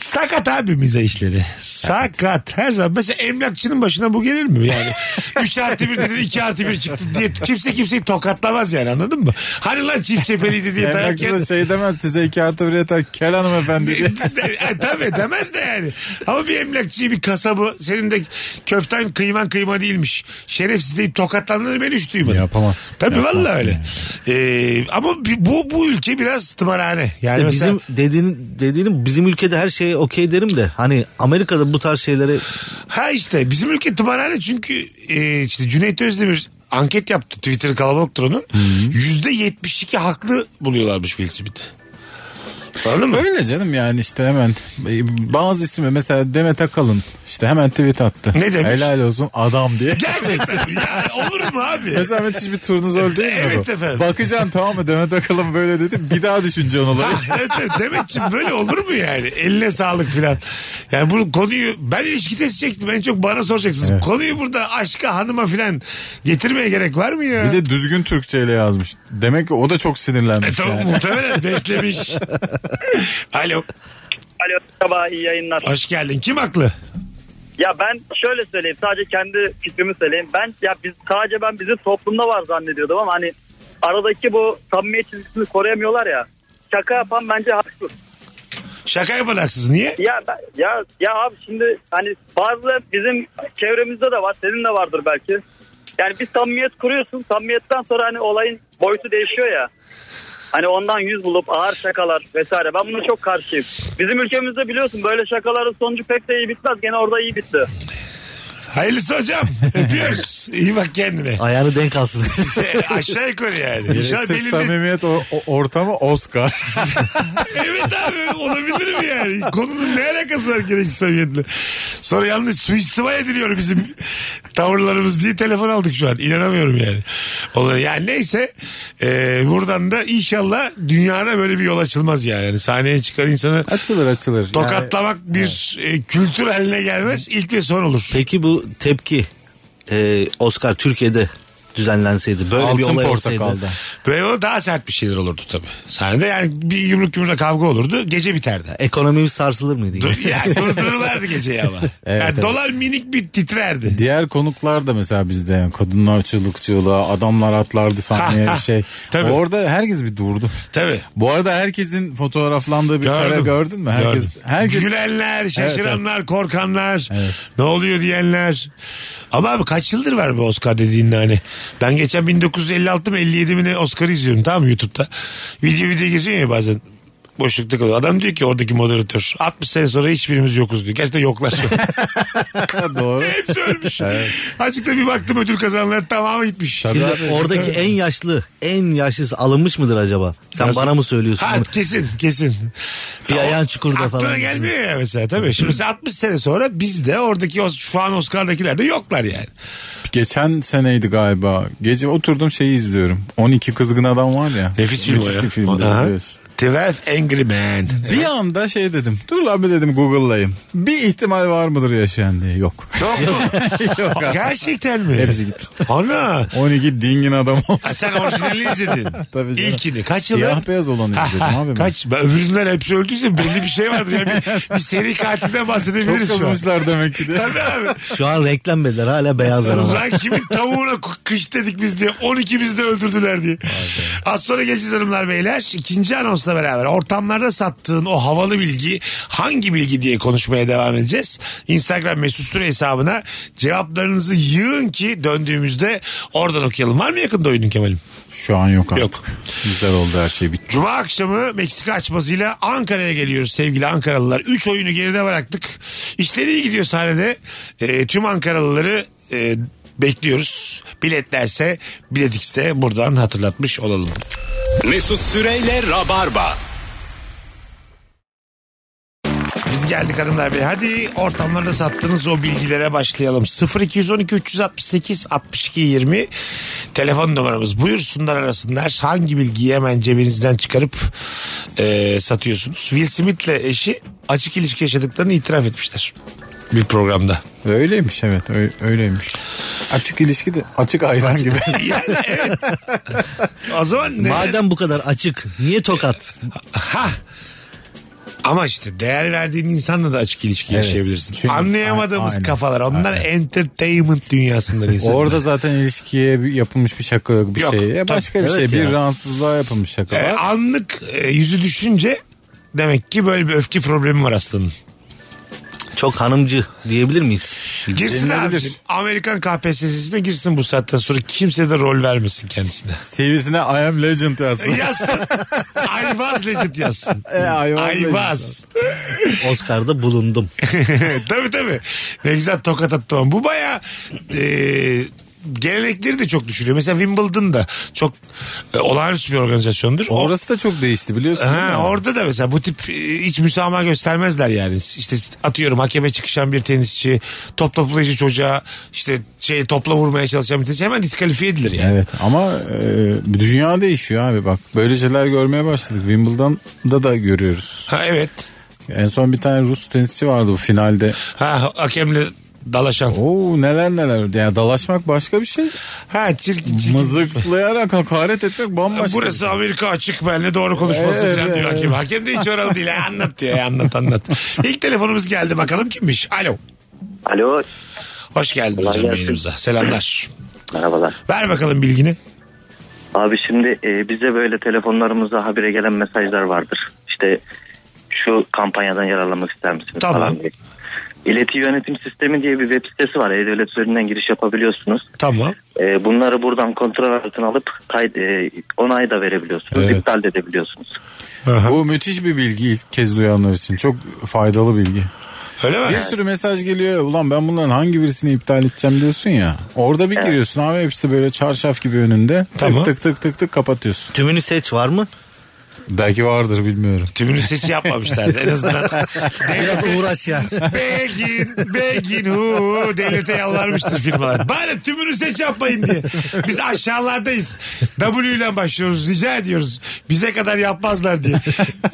S3: Sakat abi bize işleri. Sakat. Her zaman mesela emlakçının başına bu gelir mi?
S4: (laughs)
S3: Yani 3 artı 1 dedi 2 artı 1 çıktı diye kimse kimseyi tokatlamaz yani anladın mı? Hani lan çift çepeliydi diye dayak
S4: Emlakçı
S3: yedi.
S4: da şey demez size iki artı bir yeter. Kel
S3: (laughs)
S4: hanımefendi diye.
S3: E, Tabii demez de yani. Ama bir emlakçıyı bir kasabı senin de köften kıyman kıyma değilmiş. Şerefsiz deyip tokatlandığını ben hiç duymadım.
S4: Yapamazsın.
S3: Tabii
S4: Yapmazsın
S3: vallahi öyle.
S4: yani.
S3: Ee, ama bi- bu bu ülke biraz tımarhane. Yani
S5: İşte
S3: mesela
S5: bizim dediğin dediğini bizim ülkede her şeye okey derim de hani Amerika'da bu tarz şeylere
S3: ha işte bizim ülke tımarhane çünkü e, işte Cüneyt Özdemir anket yaptı. Twitter kalabalıktır onun. Yüzde yetmiş iki haklı buluyorlarmış Will Smith'i. Anladın mı?
S4: Öyle canım yani işte hemen bazı ismi mesela Demet Akalın işte hemen tweet attı.
S3: Ne demiş?
S4: Helal olsun adam
S3: (laughs)
S4: diye. (laughs)
S3: Gerçekten ya olur mu abi?
S4: Mesela Ahmet hiçbir turnuzol değil mi
S3: Evet
S4: bu?
S3: efendim.
S4: Bakacaksın tamam mı Demet Akalın böyle dedi bir daha düşüneceksin
S3: (laughs)
S4: olayı.
S3: Ah, evet, evet. Demetciğim böyle olur mu yani? Eline sağlık filan. Yani bunu konuyu ben ilişki testi çektim. En çok bana soracaksınız. Konuyu burada aşka hanıma filan getirmeye gerek var mı ya?
S4: Bir de düzgün Türkçeyle yazmış. Demek ki o da çok sinirlenmiş.
S3: E, tamam (laughs)
S4: yani. (laughs)
S3: muhtemelen beklemiş. Alo.
S8: Alo merhaba iyi yayınlar.
S3: Hoş geldin. Kim haklı?
S8: Ya ben şöyle söyleyeyim sadece kendi fikrimi söyleyeyim. Ben ya biz sadece ben bizim toplumda var zannediyordum ama hani aradaki bu samimiyet çizgisini koruyamıyorlar ya. Şaka yapan bence haklı.
S3: Şaka yapan haksız. Niye?
S8: Ya ben- ya ya abi şimdi hani bazı bizim çevremizde de var, senin de vardır belki. Yani bir samimiyet kuruyorsun. Samimiyetten sonra hani olayın boyutu değişiyor ya. Hani ondan yüz bulup ağır şakalar vesaire. Ben buna çok karşıyım. Bizim ülkemizde biliyorsun böyle şakaların sonucu pek de iyi bitmez. Gene orada iyi bitti.
S4: (laughs)
S3: Hayırlısı hocam. Öpüyoruz. İyi bak kendine.
S5: Ayağını denk alsın. (laughs)
S3: E, Aşağı yukarı yani. İnşallah
S4: Gereksiz
S3: belinde.
S4: samimiyet o- o- ortamı Oscar.
S3: Evet abi olabilir mi yani? Konunun ne alakası var gerekli samimiyetle? Sonra yalnız suistimal ediliyor bizim tavırlarımız diye telefon aldık şu an. İnanamıyorum yani. Olur. Yani neyse e, buradan da inşallah dünyada böyle bir yol açılmaz yani. yani sahneye çıkan insanı
S4: (laughs) açılır açılır.
S3: tokatlamak bir e, kültür haline gelmez. İlk ve son olur.
S5: Peki bu tepki e, Oscar Türkiye'de düzenlenseydi böyle bir
S4: Altın
S5: olay olsaydı.
S4: portakalda.
S3: Böyle o daha sert bir şeyler olurdu tabii. Sahnede yani bir yumruk yumruğa kavga olurdu.
S4: (laughs)
S3: Gece biterdi.
S5: Ekonomimiz sarsılır mıydı?
S3: Dur, ya durdururlardı geceyi ama.
S4: Evet,
S3: Yani
S4: evet.
S3: Dolar minik bir titrerdi.
S4: Diğer konuklar da mesela bizde yani kadınlar çığlıkçılığa, adamlar atlardı sahneye bir şey.
S3: Tabii.
S4: Orada herkes bir durdu.
S3: Tabii.
S4: Bu arada herkesin fotoğraflandığı bir kare gördün mü? Herkes
S3: Gördüm.
S4: herkes
S3: Gülenler, şaşıranlar, korkanlar, ne oluyor diyenler. Ama abi kaç yıldır var bu Oscar dediğin hani. Ben geçen 1956 mı 57 mi ne Oscar izliyorum tamam mı YouTube'da. Video video geziyor ya bazen boşlukta kalıyor. Adam diyor ki oradaki moderatör 60 sene sonra hiçbirimiz yokuz diyor.
S4: (laughs)
S3: Gerçekten yoklar. (laughs)
S4: doğru.
S3: Hepsi ölmüş. Azıcık da bir baktım ödül kazananlar tamamı gitmiş.
S4: Tabii.
S5: Şimdi
S4: Abi,
S5: oradaki en yaşlı, en yaşlısı alınmış mıdır acaba? Sen
S3: Nasıl?
S5: bana mı söylüyorsun?
S3: Ha
S5: bunu?
S3: kesin kesin.
S5: Bir
S3: Ya,
S5: ayağın çukurda
S3: aklına
S5: falan.
S3: gelmiyor ya mesela tabii. Şimdi mesela 60 sene sonra biz de oradaki o- şu an Oscar'dakiler de yoklar yani.
S4: Geçen seneydi galiba. Gece oturdum şeyi izliyorum. 12 kızgın adam var ya. Müthiş bir filmdi,
S3: Aha.
S4: biliyorsun.
S3: 12 Angry Men.
S4: Bir anda şey dedim. Dur lan bir dedim Google'layım. Bir ihtimal var mıdır yaşayan diye. (laughs) Yok.
S3: Yok mu?
S4: Yok abi.
S3: Gerçekten mi?
S4: Hepsi gitti.
S3: Ana.
S4: 12 dingin adam oldu.
S3: Ha, sen orijinali izledin.
S4: (laughs) Tabii canım.
S3: İlkini. Kaç yıl?
S4: Siyah beyaz olanı izledim abi. ben.
S3: Kaç? Ben öbüründen hepsi öldüyse belli bir şey vardır. Yani bir, bir seri katilden
S4: Çok
S3: bahsedebiliriz şu an.
S4: kızmışlar demek ki
S3: (laughs)
S4: de.
S3: Tabii abi.
S5: Şu an renklenmediler hala beyaz aralar.
S3: Ulan kimin tavuğuna ku- kış dedik biz diye 12 biz de öldürdüler diye. Az sonra geleceğiz hanımlar beyler. İkinci anonsla beraber ortamlarda sattığın o havalı bilgi hangi bilgi diye konuşmaya devam edeceğiz. Instagram mesut süre hesabına cevaplarınızı yığın ki döndüğümüzde oradan okuyalım. Var mı yakında oyunun Kemal'im?
S4: Şu an yok artık.
S3: Yok.
S4: Güzel oldu her şey bitti.
S3: Cuma akşamı Meksika açmasıyla Ankara'ya geliyoruz sevgili Ankaralılar. 3 oyunu geride bıraktık. İşleri iyi gidiyor sahnede. Ee, tüm Ankaralıları e, bekliyoruz. Biletlerse Bilet X'te buradan hatırlatmış olalım.
S2: Mesut Süreyle Rabarba.
S3: Biz geldik hanımlar bey. Hadi ortamlarda sattığınız o bilgilere başlayalım. 0212 368 62 20 telefon numaramız. Buyursunlar arasınlar. Hangi bilgiyi hemen cebinizden çıkarıp e, satıyorsunuz? Will Smith'le eşi açık ilişki yaşadıklarını itiraf etmişler.
S4: (laughs)
S3: Bir programda.
S4: Öyleymiş evet ö- öyleymiş. Açık ilişki de açık ayran gibi.
S3: Yani evet. O zaman ne?
S5: Madem bu kadar açık niye tokat?
S3: Ha. Ama işte değer verdiğin insanla da açık ilişki
S4: Evet.
S3: yaşayabilirsin.
S4: Çünkü-
S3: Anlayamadığımız
S4: Aynen.
S3: kafalar. Onlar
S4: Aynen.
S3: entertainment dünyasından
S4: (laughs)
S3: insanlar.
S4: Orada zaten ilişkiye bir- yapılmış bir şaka yok bir
S3: Yok,
S4: şey. Ya başka bir
S5: tabii.
S4: şey
S5: Evet
S4: bir
S5: ya.
S4: rahatsızlığa yapılmış şaka
S3: E,
S4: var.
S3: anlık e, yüzü düşünce demek ki böyle bir öfke problemi var aslanın.
S5: Çok hanımcı diyebilir miyiz?
S3: Girsin
S4: Denilebilir.
S3: abicim. Amerikan KPSS'sine girsin bu saatten sonra kimse de rol vermesin kendisine.
S4: CV'sine I am legend yazsın.
S3: Yazsın. Ayvaz Legend yazsın.
S4: (laughs) E, Ayvaz Legend.
S3: (laughs) Ayvaz.
S5: Oscar'da bulundum.
S3: tabii tabii. Ne güzel tokat attım. Bu baya e, gelenekleri de çok düşürüyor. Mesela Wimbledon da çok e, olağanüstü bir organizasyondur. O-
S4: Orası da çok değişti biliyorsun. değil mi?
S3: Ha, orada da mesela bu tip e, hiç müsamaha göstermezler yani. İşte atıyorum hakeme çıkışan bir tenisçi, top toplayıcı çocuğa işte şey topla vurmaya çalışan bir tenisçi hemen diskalifiye edilir yani.
S4: Evet ama e, dünya değişiyor abi bak. Böyle şeyler görmeye başladık. Wimbledon'da da görüyoruz.
S3: Ha evet.
S4: En son bir tane Rus tenisçi vardı bu finalde.
S3: Ha hakemle dalaşan.
S4: Oo neler neler. Ya dalaşmak başka bir şey.
S3: Ha çirkin çirkin.
S4: Mızıklayarak hakaret etmek bambaşka. bir
S3: Burası
S4: şey.
S3: Amerika açık benle doğru konuşması
S4: Evet,
S3: falan diyor
S4: evet.
S3: hakem. Hakem de hiç oralı değil. Ha, Anlat diyor. Anlat anlat. İlk telefonumuz geldi bakalım kimmiş. Alo.
S6: Alo.
S3: Hoş geldin
S6: Kolay
S3: hocam
S6: gelsin.
S3: yayınımıza. Selamlar.
S6: Merhabalar.
S3: Ver bakalım bilgini.
S6: Abi şimdi e, bize böyle telefonlarımıza habire gelen mesajlar vardır. İşte şu kampanyadan yararlanmak ister misiniz?
S3: Tamam.
S6: falan diye. İleti yönetim sistemi diye bir web sitesi var. E-Devlet üzerinden giriş yapabiliyorsunuz.
S3: Tamam.
S6: E, bunları buradan kontrol altına alıp kayıt, e, onay da verebiliyorsunuz.
S4: Evet.
S6: iptal de edebiliyorsunuz.
S3: Aha.
S4: şey. Bu müthiş bir bilgi ilk kez duyanlar için. Çok faydalı bilgi.
S3: Öyle mi?
S4: Bir sürü mesaj geliyor. Ulan ben bunların hangi birisini iptal edeceğim diyorsun ya. Orada bir giriyorsun abi hepsi böyle çarşaf gibi önünde.
S3: Tamam.
S4: Tık tık tık tık tık kapatıyorsun.
S5: Tümünü seç var mı?
S4: Belki vardır bilmiyorum.
S3: Tümünü seçi yapmamışlar. En azından
S5: Biraz uğraş ya.
S3: Begin, Begin hu devlete yalvarmıştır firmalar. Bari tümünü seç yapmayın diye. Biz aşağılardayız. W ile başlıyoruz. Rica ediyoruz. Bize kadar yapmazlar diye.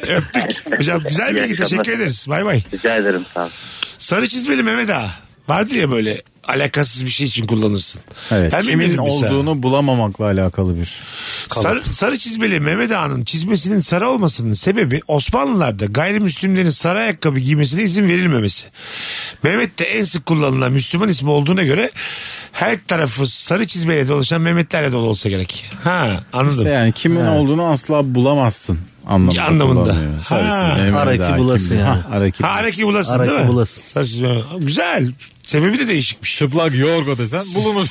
S3: Öptük. Hocam güzel
S6: İyi
S3: bilgi.
S6: akşamlar.
S3: Teşekkür ederiz. Bay bay.
S6: Rica ederim sağ olun.
S3: Sarı çizmeli Mehmet Ağa. Vardır ya böyle alakasız bir şey için kullanırsın.
S4: Evet.
S3: Ben
S4: Kimin
S3: bilmedim mesela.
S4: olduğunu bulamamakla alakalı bir. şey.
S3: Sarı, sarı çizmeli Mehmet Ağa'nın çizmesinin sarı olmasının sebebi Osmanlılarda gayrimüslimlerin sarı ayakkabı giymesine izin verilmemesi. Mehmet de en sık kullanılan Müslüman ismi olduğuna göre her tarafı sarı çizmeyle dolaşan Mehmetlerle dolu olsa gerek. Ha anladım.
S4: İşte yani kimin olduğunu asla bulamazsın anlamında.
S3: Anlamında.
S4: kullanıyor. Sarı
S3: Ha.
S4: çizmeli Mehmet
S5: Araki
S4: Ağa
S5: bulasın
S4: kimdi?
S5: yani.
S4: Ha, Araki
S3: ha Araki bulasın değil
S5: Araki
S3: mi?
S5: bulasın.
S3: Sarı çizmeli. Güzel. Sebebi de şey. değişikmiş.
S4: Çıplak yorgo desen (laughs) bulunur.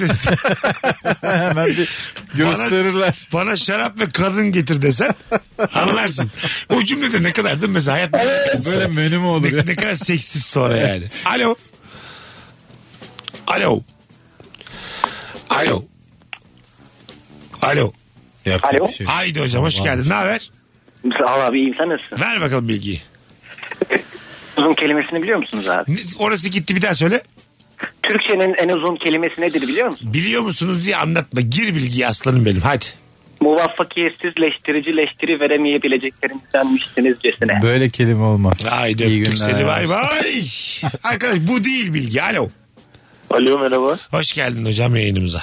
S4: Hemen bir gösterirler.
S3: Bana, bana şarap ve kadın
S4: (laughs)
S3: getir desen anlarsın. O cümlede ne kadardır mesela hayat
S4: Böyle menü mü olur
S3: ne,
S4: ya?
S3: ne kadar seksiz sonra yani. Alo. Alo. Alo. Alo.
S4: Yapacak
S6: Alo.
S4: bir şey. yok.
S3: Haydi hocam hoş geldin. Ne haber?
S6: Sağ ol abi iyiyim sen nasılsın?
S3: Ver bakalım bilgiyi.
S6: Uzun kelimesini biliyor musunuz abi?
S3: Ne- Orası gitti bir daha söyle.
S6: Türkçenin en uzun kelimesi nedir biliyor musun?
S3: Biliyor musunuz diye anlatma. Gir bilgiyi aslanım benim. Hadi.
S6: Muvaffakiyetsizleştiricileştiri veremeyebileceklerimizdenmişsinizcesine.
S4: Böyle kelime olmaz.
S3: Haydi
S4: İyi
S3: öptük seni.
S4: günler. (laughs)
S3: Bay bay. Arkadaş bu değil bilgi. Alo.
S6: Alo merhaba.
S3: Hoş geldin hocam yayınımıza.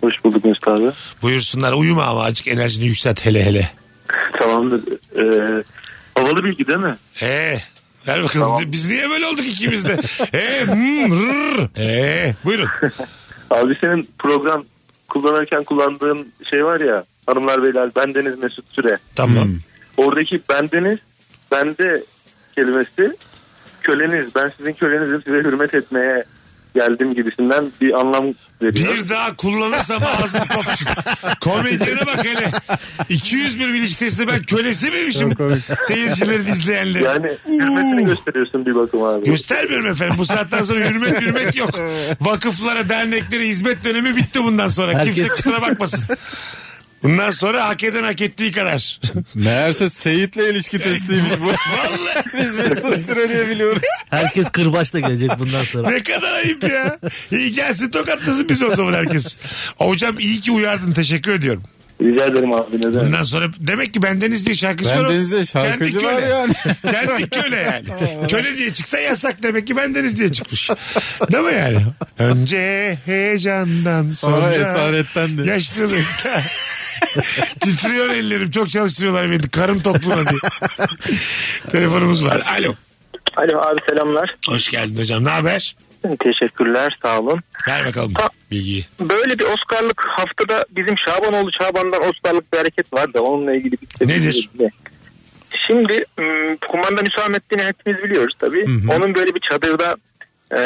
S6: Hoş bulduk Mesut abi.
S3: Buyursunlar uyuma ama azıcık enerjini yükselt hele hele.
S6: Tamamdır. Ee, havalı bilgi değil mi?
S3: Ee, ver bakalım. Biz niye böyle olduk ikimiz de? ee, hmm, rrr. Ee, buyurun.
S6: Abi senin program kullanırken kullandığın şey var ya hanımlar beyler bendeniz Mesut Süre.
S3: Tamam.
S4: Hmm.
S6: Oradaki bendeniz bende kelimesi köleniz ben sizin kölenizim size hürmet etmeye geldim gibisinden bir anlam veriyor.
S3: Bir daha kullanırsam ağzım kopsun. Komedyene bak hele. 201 ilişkisinde ben kölesi miymişim? Seyircileri izleyenleri.
S6: Yani hürmetini gösteriyorsun bir bakıma abi.
S3: Göstermiyorum efendim. Bu saatten sonra hürmet hürmet yok. Vakıflara, derneklere hizmet dönemi bitti bundan sonra. Kimse
S5: Herkes-
S3: kusura bakmasın. Bundan sonra hak eden hak ettiği kadar.
S4: Meğerse Seyit'le ilişki testiymiş bu.
S3: Vallahi
S4: Biz Mesut Süre diye biliyoruz.
S5: Herkes kırbaçla gelecek bundan sonra.
S3: Ne kadar ayıp ya. İyi gelsin tokatlasın biz o zaman herkes. Hocam iyi ki uyardın teşekkür ediyorum.
S6: Rica ederim abi ne demek.
S3: Bundan sonra demek ki bendeniz diye şarkıcı var. o.
S4: Bendeniz diye şarkıcı
S3: Kendi
S4: var
S3: köle.
S4: yani.
S3: (laughs) Kendi köle yani. köle diye çıksa yasak demek ki bendeniz diye çıkmış. Değil mi yani? Önce heyecandan sonra,
S4: Sonra esaretten de.
S3: Yaşlılıkta. (laughs) Titriyor ellerim çok çalıştırıyorlar beni karın topluma diye. Telefonumuz var. Alo.
S6: Alo abi selamlar.
S3: Hoş geldin hocam. Ne haber?
S6: Teşekkürler sağ olun.
S3: Ver bakalım bilgiyi.
S6: Böyle bir Oscar'lık haftada bizim Şabanoğlu Şaban'dan Oscar'lık bir hareket var da onunla ilgili bir şey
S3: Nedir?
S6: Şimdi m, kumandan Hüsamettin'i hepimiz biliyoruz tabii. Onun böyle bir çadırda e,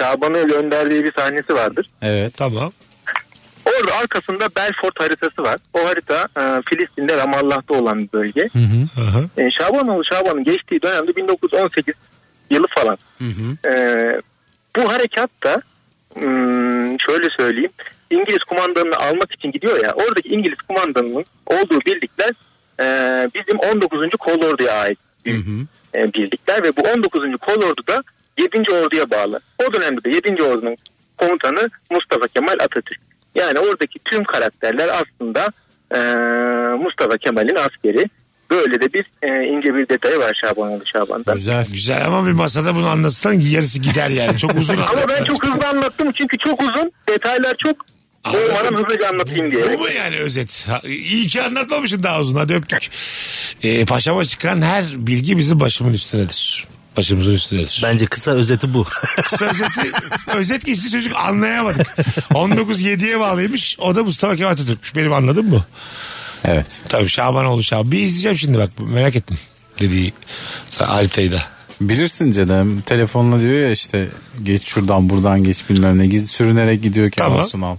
S6: Şaban'ı gönderdiği bir sahnesi vardır.
S4: Evet.
S3: Tamam.
S6: Orada arkasında Belfort haritası var. O harita e, Filistin'de Ramallah'ta olan bir bölge.
S3: Aha.
S6: E, Şabanoğlu Şaban'ın geçtiği dönemde 1918 yılı falan. E, bu harekat da Hmm, şöyle söyleyeyim. İngiliz kumandanını almak için gidiyor ya. Oradaki İngiliz kumandanının olduğu birlikler e, bizim 19. kolorduya ait bir, e, birlikler ve bu 19. kolordu da 7. orduya bağlı. O dönemde de 7. ordunun komutanı Mustafa Kemal Atatürk. Yani oradaki tüm karakterler aslında e, Mustafa Kemal'in askeri. Böyle de bir e, ince bir detayı var Şaban Ali Şaban'da.
S4: Güzel.
S3: Güzel ama bir masada bunu anlatsan yarısı gider yani. Çok uzun
S6: Ama ben
S3: anlattılar.
S6: çok hızlı anlattım çünkü çok uzun. Detaylar çok.
S3: Abi,
S6: Olmadan hızlıca şey anlatayım diye.
S3: Bu mu yani özet? Ha, İyi ki anlatmamışsın daha uzun. Hadi öptük. Ee, paşama çıkan her bilgi bizim başımın üstündedir. Başımızın üstündedir.
S5: Bence kısa özeti bu. (laughs)
S3: Kısa özeti, özet geçti çocuk anlayamadık. 19.7'ye bağlıymış. O da Mustafa Kemal Atatürk'müş. Benim anladın mı?
S4: Evet.
S3: Tabii Şabanoğlu Şaban. Bir izleyeceğim şimdi bak merak ettim dediği sa- haritayı da. (laughs)
S4: Bilirsin canım. Telefonla diyor ya işte geç şuradan buradan geç bilmem ne. Gizli sürünerek gidiyor Kemal
S3: Tamam.
S4: Sunal.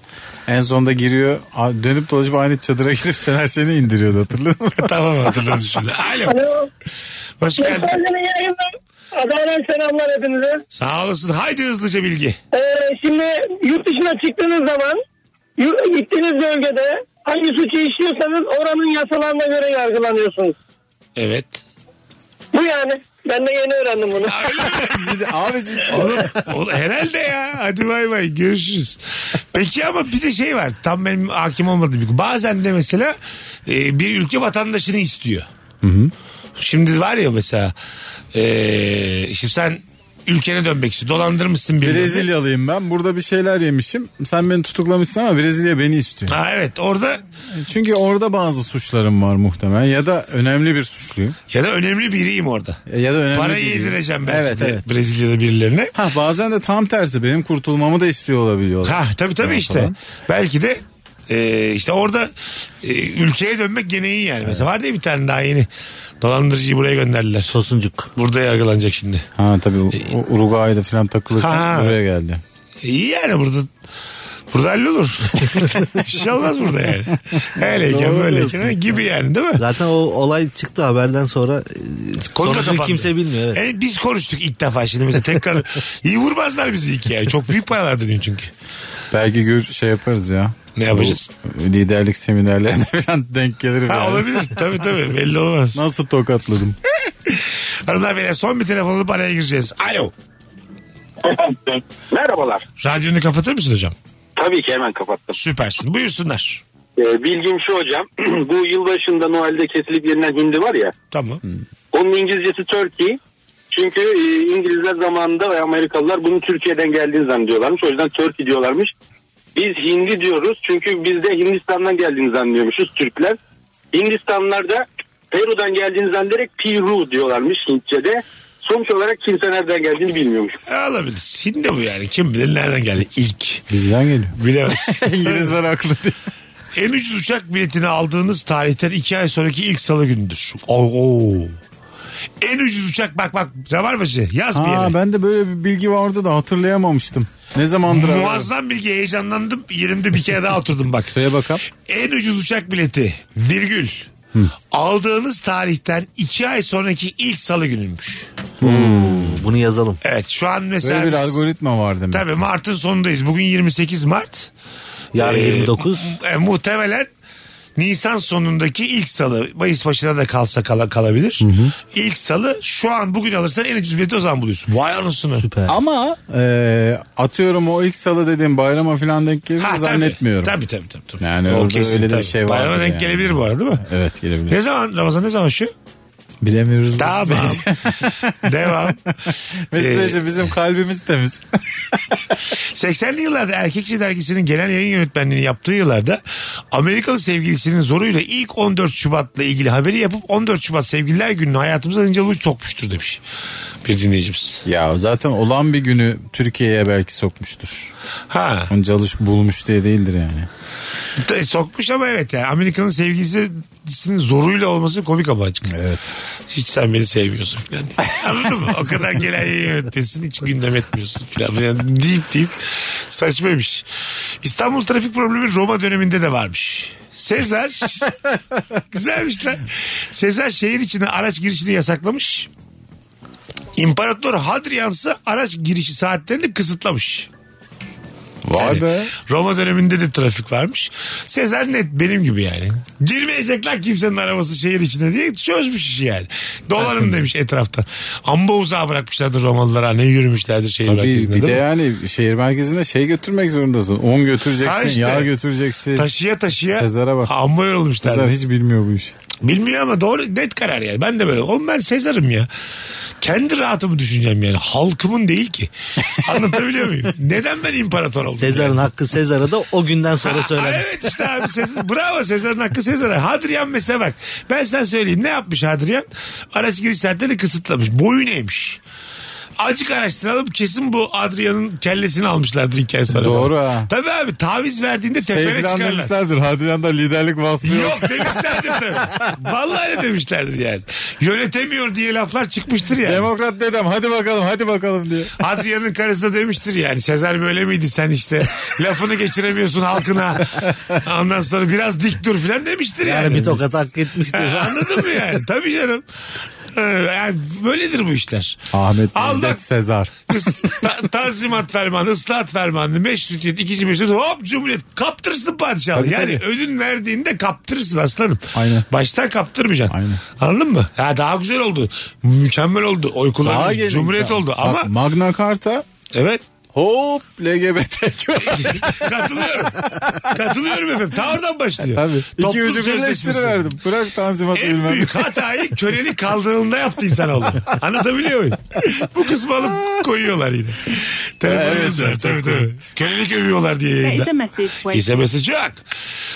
S4: En sonunda giriyor. a- Dönüp dolaşıp aynı çadıra (laughs) girip Sener Şen'i indiriyordu hatırladın mı?
S3: tamam hatırladım şimdi. Alo.
S9: Alo.
S3: Hoş geldin.
S9: Efendim yayınlar. Adana'dan selamlar hepinize.
S3: Sağ olasın. Haydi hızlıca bilgi.
S9: Ee, şimdi yurt dışına çıktığınız zaman yu- gittiğiniz bölgede hangi suçu işliyorsanız oranın yasalarına göre yargılanıyorsunuz.
S3: Evet.
S9: Bu yani. Ben de yeni öğrendim bunu.
S4: Abi ciddi.
S3: Oğlum, oğlum, herhalde ya. Hadi bay bay görüşürüz. Peki ama bir de şey var. Tam benim hakim olmadığım bir. Bazen de mesela e, bir ülke vatandaşını istiyor. Şimdi var ya mesela e, şimdi sen ülkene dönmek istiyorsun. Dolandırmışsın
S4: (laughs)
S3: birini.
S4: Brezilyalıyım ben. Burada bir şeyler yemişim. Sen beni tutuklamışsın ama Brezilya beni istiyor.
S3: Ha evet orada
S4: Çünkü orada bazı suçlarım var muhtemelen ya da önemli bir suçluyum.
S3: ya da önemli biriyim orada.
S4: Ya da E, önemli
S3: Parayı
S4: biriyim.
S3: yedireceğim belki
S4: Evet
S3: de
S4: evet.
S3: Brezilya'da birilerine.
S4: Ha bazen de tam tersi benim kurtulmamı da istiyor olabiliyorlar.
S3: Ha tabii tabii
S4: Falan
S3: işte.
S4: falan.
S3: Belki de e, işte orada e, ülkeye dönmek gene iyi yani. Mesela var diye bir tane daha yeni dolandırıcıyı buraya gönderdiler.
S5: Tosuncuk.
S3: Burada yargılanacak şimdi.
S4: Ha tabii U- U- Uruguay'da falan
S3: Ha.
S4: takılırken buraya geldi.
S3: E, İyi yani burada burada hallolur. Bir şey olmaz burada yani. Öyleyken
S4: Doğru
S3: böyleyken
S4: diyorsun.
S3: gibi yani değil mi?
S5: Zaten o olay çıktı haberden sonra. e,
S3: Konu da
S5: Sonucunu
S3: kapandı.
S5: kimse bilmiyor. Evet.
S3: E, biz konuştuk ilk defa şimdi mesela tekrar iyi vurmazlar bizi iki yani. Çok büyük paralar dönüyor çünkü.
S4: Belki gör şey yaparız ya.
S3: Ne yapacağız?
S4: Bu liderlik seminerlerine (laughs) falan denk gelirim.
S3: Ha
S4: yani.
S3: olabilir tabii tabii belli
S4: (laughs)
S3: olmaz.
S4: Nasıl tokatladım?
S3: Hanımlar beyler son bir telefonla paraya gireceğiz. Alo.
S6: Merhabalar.
S3: Radyonu kapatır mısın hocam?
S6: Tabii ki hemen kapattım.
S3: Süpersin. Buyursunlar.
S6: Ee, bilgim şu hocam. (clears throat) bu yılbaşında Noel'de kesilip yenilen hindi var ya.
S3: Tamam.
S4: Hmm.
S6: Onun İngilizcesi Turkey. Çünkü e, İngilizler zamanında ve Amerikalılar bunu Türkiye'den geldiğini zannediyorlarmış. O yüzden Turkey diyorlarmış. Biz hindi diyoruz. Çünkü biz de Hindistan'dan geldiğini zannediyormuşuz Türkler. Hindistanlarda Peru'dan geldiğini zannederek Peru diyorlarmış Hintçe'de. Sonuç olarak kimse nereden geldiğini bilmiyormuş.
S3: E, olabilir. Şimdi bu yani. Kim bilir nereden geldi ilk.
S4: Bizden
S3: (laughs)
S4: geliyor. (laughs)
S3: Bilemez.
S4: İngilizler haklı diye.
S3: en ucuz uçak biletini aldığınız tarihten iki ay sonraki ilk salı günüdür. Oo. oo. En ucuz uçak bak bak. Rabarbacı yaz bir
S4: Ha
S3: yere.
S4: ben de böyle bir bilgi vardı da hatırlayamamıştım. Ne zamandır arıyorum.
S3: Muazzam bilgi heyecanlandım. Yerimde bir kere daha oturdum bak.
S4: Şuraya bakalım.
S3: En ucuz uçak bileti virgül aldığınız tarihten iki ay sonraki ilk salı günüymüş.
S5: Bunu yazalım.
S3: Evet şu an mesela
S4: Böyle bir
S3: biz-
S4: algoritma var demek.
S3: Tabii Mart'ın sonundayız. Bugün 28 Mart.
S5: Yarın
S3: Ee,
S5: 29.
S3: e, muhtemelen Nisan sonundaki ilk salı. Mayıs başına da kalsa kala, kalabilir. İlk salı şu an bugün alırsan en ucuz bileti o zaman buluyorsun. Vay anasını.
S5: Süper.
S4: Ama e, atıyorum o ilk salı dediğim bayrama falan denk gelir
S3: Ha, tabii.
S4: zannetmiyorum.
S3: Tabii tabii tabii. tabii.
S4: Yani orada öyle de bir şey var
S3: Bayrama denk
S4: yani.
S3: gelebilir bu arada değil mi?
S4: Evet gelebilir.
S3: Ne zaman Ramazan ne
S4: (laughs)
S3: zaman şu?
S4: Bilemiyoruz. biz.
S3: Tamam. Devam.
S4: (laughs) Mesut
S3: Ee,
S4: Beyciğim, bizim kalbimiz
S3: (laughs)
S4: temiz.
S3: 80'li yıllarda Erkekçi dergisinin genel yayın yönetmenliğini yaptığı yıllarda Amerikalı sevgilisinin zoruyla ilk 14 Şubat'la ilgili haberi yapıp 14 Şubat sevgililer gününü hayatımıza incelik sokmuştur demiş bir dinleyicimiz.
S4: ya zaten olan bir günü Türkiye'ye belki sokmuştur.
S3: Ha
S4: Onu çalış bulmuş diye değildir yani.
S3: t- sokmuş ama evet yani Amerikalı sevgilisinin zoruyla olması komik ama açık.
S4: Evet.
S3: Hiç sen beni sevmiyorsun falan diye. Anladın mı? O kadar genel yayın yönetmesin hiç gündem etmiyorsun falan. Yani deyip deyip saçmaymış. İstanbul trafik problemi Roma döneminde de varmış. Sezar güzelmiş lan. Sezar şehir içine araç girişini yasaklamış. İmparator Hadrian ise araç girişi saatlerini kısıtlamış.
S4: Vay
S3: Yani
S4: be.
S3: Roma döneminde de trafik varmış. Sezer net benim gibi yani. Girmeyecekler kimsenin arabası şehir içine diye çözmüş işi yani. Dolarım demiş etrafta. Amba uzağa bırakmışlardır Romalılara. Ne yürümüşlerdir şehir
S4: Tabii
S3: merkezinde.
S4: bir de
S3: değil mi?
S4: yani şehir merkezinde şey götürmek zorundasın. Un
S3: Ha
S4: götüreceksin,
S3: işte.
S4: yağ götüreceksin.
S3: Taşıya taşıya
S4: Sezer'e bak.
S3: amma yorulmuşlar.
S4: Sezer hiç bilmiyor bu işi.
S3: Bilmiyor ama doğru net karar yani. Ben de böyle. Oğlum ben Sezar'ım ya. Kendi rahatımı düşüneceğim yani. Halkımın değil ki. Anlatabiliyor muyum? Neden ben imparator oldum? yani?
S5: Sezar'ın hakkı Sezar'a da o günden (laughs) sonra
S3: Aa,
S5: söylenmiş.
S3: Evet işte abi Sezar, bravo Sezar'ın hakkı Sezar'a. Hadrian mesela bak ben sana söyleyeyim ne yapmış Hadrian? Araç giriş saatlerini kısıtlamış. Boyun eğmiş. Acık araştıralım kesin bu Adrian'ın kellesini almışlardır iki ay sonra.
S4: Doğru
S3: falan.
S4: ha.
S3: Tabii abi taviz verdiğinde tepene
S4: Sevgilen
S3: çıkarlar.
S4: Şey demişlerdir. Hadrian'da liderlik vasfı yok.
S3: Yok demişlerdir tabii. Vallahi öyle demişlerdir yani. Yönetemiyor diye laflar çıkmıştır yani.
S4: Demokrat dedem hadi bakalım hadi bakalım diye.
S3: Adrian'ın karısı da demiştir yani. Sezer böyle miydi sen işte? Lafını geçiremiyorsun halkına. Ondan sonra biraz dik dur falan demiştir yani.
S5: Yani bir tokat hak etmiştir. (laughs)
S3: Ha, Anladın mı yani? Tabii canım. Ee, Yani böyledir bu işler.
S4: Ahmet
S3: Al bak.
S4: Necdet Sezar.
S3: Is- ta- tanzimat fermanı, ıslahat fermanı, meşrutiyet, ikinci meşrutiyet, hop cumhuriyet. Kaptırsın padişahı.
S4: Tabii,
S3: yani
S4: tabii.
S3: ödün verdiğinde kaptırırsın aslanım.
S4: Aynen.
S3: Baştan kaptırmayacaksın.
S4: Aynen.
S3: Anladın mı? Ha, daha güzel oldu. Mükemmel oldu. Oy
S4: Daha
S3: kullanıyoruz.
S4: gelin-
S3: Cumhuriyet oldu.
S4: Bak,
S3: Ama
S4: Magna Carta
S3: evet.
S4: hop
S3: (laughs)
S4: LGBT.
S3: Katılıyorum. Katılıyorum efendim. Ta oradan başlıyor.
S4: Tabii. İki
S3: Toplum
S4: ucu
S3: sözleşmesi.
S4: birleştiriverdim. Bırak tanzimatı
S3: En
S4: bilmem.
S3: büyük hatayı kölelik kaldığında yaptı insanoğlu. Anlatabiliyor muyum? Bu kısmı alıp koyuyorlar yine.
S4: Evet,
S3: Telefonumuz var.
S4: evet,
S3: Tabii
S4: çok
S3: tabii. Kölelik övüyorlar diye yayında. İzlemesi sıcak.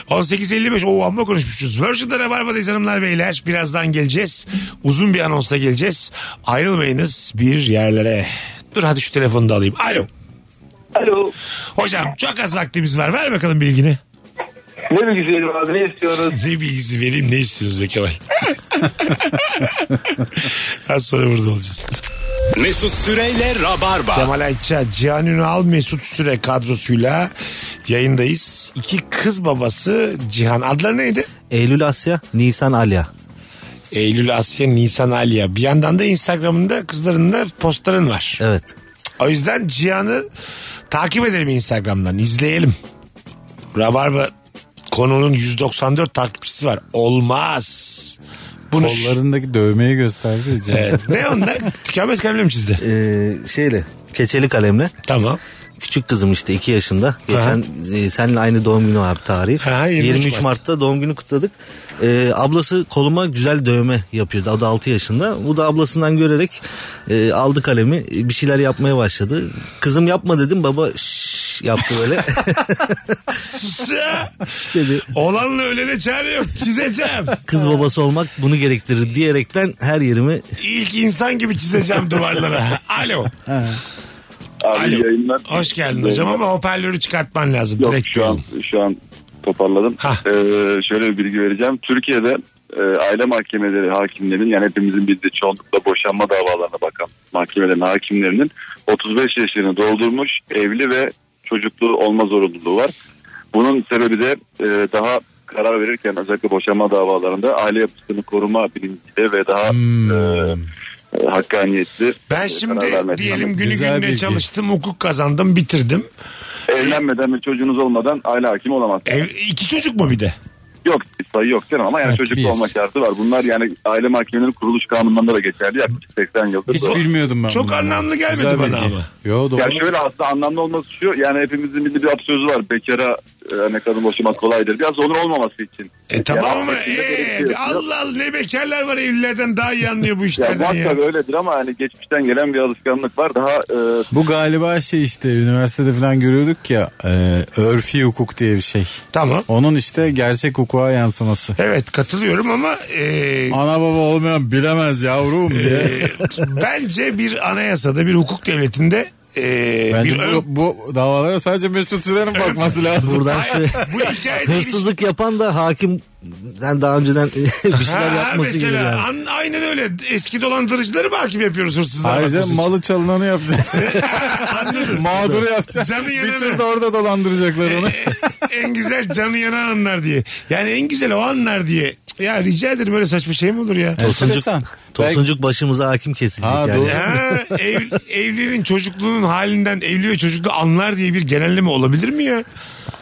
S3: 18.55 o amma konuşmuşuz. Virgin'de Rabarba'dayız hanımlar beyler. Birazdan geleceğiz. Uzun bir anonsla geleceğiz. Ayrılmayınız bir yerlere. Dur hadi şu telefonu da alayım. Alo.
S9: (laughs) Alo.
S3: Hocam çok az vaktimiz var. Ver bakalım bilgini.
S9: Ne bilgisi verin abi ne istiyorsunuz?
S3: Ne bilgisi vereyim ne istiyorsunuz be (laughs) Kemal? Az sonra burada olacağız.
S2: Mesut Süreyle Rabarba.
S3: Kemal Ayça, Cihan Ünal, Mesut Süre kadrosuyla yayındayız. İki kız babası Cihan. Adları neydi?
S5: Eylül Asya, Nisan Alya.
S3: Eylül Asya, Nisan Aliya. Bir yandan da Instagram'ında kızlarında postların var.
S5: Evet.
S3: O yüzden Cihan'ı takip edelim Instagram'dan. izleyelim. Rabarba konunun 194 takipçisi var. Olmaz. Bunu
S4: Kollarındaki dövmeyi gösterdi. ya.
S3: Evet. ne onlar? Tükenmez kalemle mi çizdi?
S5: Ee, şeyle, keçeli kalemle.
S3: Tamam.
S5: Küçük kızım işte 2 yaşında. Geçen e, seninle aynı doğum günü abi tarihi.
S3: Ha, 23
S5: 23,
S3: Mart.
S5: Mart'ta doğum günü kutladık. Ee, ablası koluma güzel dövme yapıyordu. O da 6 yaşında. Bu da ablasından görerek e, aldı kalemi. e, Bir şeyler yapmaya başladı. Kızım yapma dedim. Baba şşş yaptı
S3: (laughs)
S5: böyle.
S3: Olanla ölene çare yok. Çizeceğim.
S5: Kız babası olmak bunu gerektirir diyerekten her
S3: E,
S5: yerimi
S3: İlk insan gibi çizeceğim duvarlara. Alo.
S10: Abi
S3: Alo.
S10: yayınlar.
S3: Hoş geldin hocam ama hoparlörü çıkartman lazım.
S10: Yok
S3: Direkt
S10: şu an şu an toparladım.
S3: Hah.
S10: Ee, şöyle bir bilgi vereceğim. Türkiye'de e, aile mahkemeleri hakimlerinin yani hepimizin bildiği çoğunlukla boşanma davalarına bakan mahkemelerin hakimlerinin 35 yaşını doldurmuş evli ve çocuklu olma zorunluluğu var. Bunun sebebi de e, daha karar verirken özellikle boşanma davalarında aile yapısını koruma bilinciyle ve daha e, e, hakkaniyetli
S3: Hmm. Ben
S10: e,
S3: şimdi
S10: karar vermesi
S3: diyelim
S10: lazım.
S3: günü
S4: Güzel
S3: gününe
S4: bilgi.
S3: çalıştım, hukuk kazandım, bitirdim.
S10: evlenmeden ve çocuğunuz olmadan aile hakimi olamazsınız.
S3: Ev, iki çocuk mu bir de?
S10: Yok sayı yok canım ama yani
S4: Evet,
S10: çocuk
S4: bir.
S10: olma şartı var. Bunlar yani aile mahkemelerinin kuruluş kanunlarında da geçerli yaklaşık 80 yıldır.
S4: Hiç
S10: bu.
S4: bilmiyordum ben
S3: Çok
S4: bunu.
S3: anlamlı gelmedi
S4: Güzel
S3: bana
S4: bilgi.
S3: ama.
S4: Yo doğru.
S10: Ya şöyle aslında anlamlı olması şu yani hepimizin bildiği bir atasözü var. Bekara e, ne kadın boşamak kolaydır. Biraz onun olmaması için.
S3: E tamam
S10: Yani
S3: ama
S10: aslında
S3: e,
S10: gerekiyor.
S3: Allah Allah ne bekarlar var evlilerden daha iyi anlıyor bu
S10: Ya
S3: işlerden ya.
S10: muhakkak öyledir ama hani geçmişten gelen bir alışkanlık var. Daha e,
S4: Bu galiba şey işte üniversitede falan görüyorduk ya e, örfi hukuk diye bir şey.
S3: Tamam.
S4: Onun işte gerçek hukuka yansıması.
S3: Evet katılıyorum ama e,
S4: Ana baba olmayan bilemez yavrum diye.
S3: e, bence bir anayasada bir hukuk devletinde e,
S4: Bence
S3: bir ön-
S4: bu, bu
S3: (laughs)
S4: davalara sadece Mesut Süren'in bakması lazım.
S5: buradan
S3: Hayır,
S5: şöyle...
S3: bu hikayede ilişki-
S5: Hırsızlık yapan da hakim yani daha önceden (laughs) bir şeyler
S3: Ha,
S5: yapması
S3: mesela,
S5: gibi yani.
S3: an- aynen öyle. Eski dolandırıcıları mı hakim yapıyoruz
S4: (laughs)
S3: hırsızlar?
S4: Ayrıca malı çalınanı yapacak.
S3: (laughs) Anladım.
S4: Mağduru yapacak.
S3: Canı E,
S4: bir
S3: yanına.
S4: tür de orada dolandıracaklar onu.
S3: en güzel canı yanan anlar diye. Yani en güzel o anlar diye. Ya rica ederim öyle saçma şey mi olur ya?
S5: Tosuncuk,
S4: Enteresan.
S5: tosuncuk başımıza hakim kesilecek
S4: Ha,
S5: yani.
S4: doğru.
S3: Ha, ev, evlinin çocukluğunun halinden evli ve çocuklu anlar diye bir genelleme olabilir mi ya?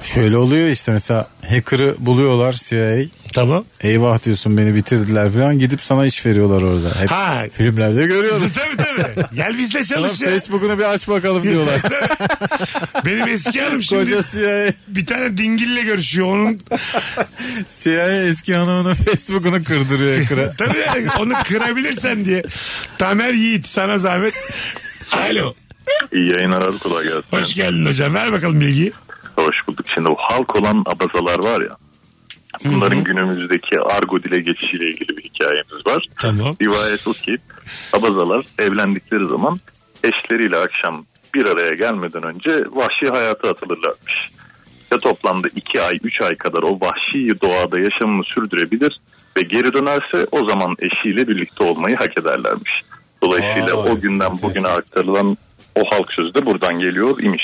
S4: Şöyle oluyor işte mesela hacker'ı buluyorlar CIA.
S3: Tamam.
S4: Eyvah diyorsun beni bitirdiler falan gidip sana iş veriyorlar orada. Hep
S3: Ha. şey.
S4: filmlerde
S3: (laughs)
S4: görüyoruz.
S3: (laughs) tabii tabii. Gel bizle
S4: Sana
S3: çalış ya.
S4: Facebook'unu bir aç bakalım diyorlar.
S3: (laughs) Benim eski hanım şimdi
S4: Koca CIA,
S3: bir tane dingille görüşüyor. Onun
S4: CIA eski hanımının Facebook'unu kırdırıyor hacker'a.
S3: Tabii yani onu kırabilirsen diye. Tamer Yiğit sana zahmet. Alo.
S2: İyi yayınlar abi kolay gelsin.
S3: Hoş geldin hocam. Ver bakalım bilgiyi.
S2: Hoş bulduk. Şimdi o halk olan abazalar var ya. Bunların günümüzdeki argo dile geçişiyle ilgili bir hikayemiz var.
S3: Tamam.
S2: Rivayet o ki abazalar evlendikleri zaman eşleriyle akşam bir araya gelmeden önce vahşi hayata atılırlarmış. Ve toplamda iki ay, üç ay kadar o vahşi doğada yaşamını sürdürebilir ve geri dönerse o zaman eşiyle birlikte olmayı hak ederlermiş. Dolayısıyla
S4: Vay,
S2: o günden
S4: enteresan.
S2: bugüne aktarılan o halk sözü de buradan geliyor imiş.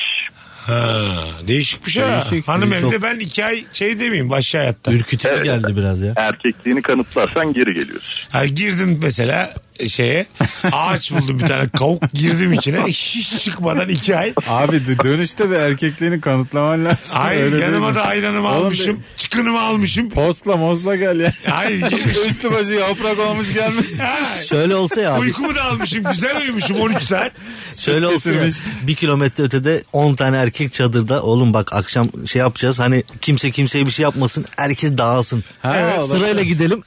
S3: Ha, değişikmiş ha.
S5: Değişik,
S3: Hanım
S5: değişik.
S3: evde ben iki ay şey demeyeyim vahşi hayatta.
S5: Ürkütücü geldi biraz ya.
S2: erkekliğini kanıtlarsan geri geliyorsun.
S3: Ha, girdim mesela şeye ağaç buldum bir tane kavuk girdim içine hiç çıkmadan iki ay.
S4: Abi dö- dönüşte bir erkekliğini kanıtlaman lazım.
S3: Ay
S4: Öyle
S3: yanıma
S4: değil mi?
S3: da ayranımı
S4: Oğlum
S3: almışım çıkınımı almışım.
S4: Postla mozla gel ya. (laughs)
S3: Hayır girmişim.
S4: Üstü başı yaprak olmuş gelmiş.
S3: Ha,
S5: Şöyle olsa ya abi,
S3: Uykumu da almışım güzel uyumuşum
S4: (laughs)
S3: 13 saat.
S5: şöyle olsa ya,
S4: getirmiş.
S5: bir kilometre ötede 10 tane erkek çadırda oğlum bak akşam şey yapacağız hani kimse kimseye bir şey yapmasın herkes dağılsın.
S4: Ha,
S5: Evet,
S4: olabilir.
S5: sırayla gidelim.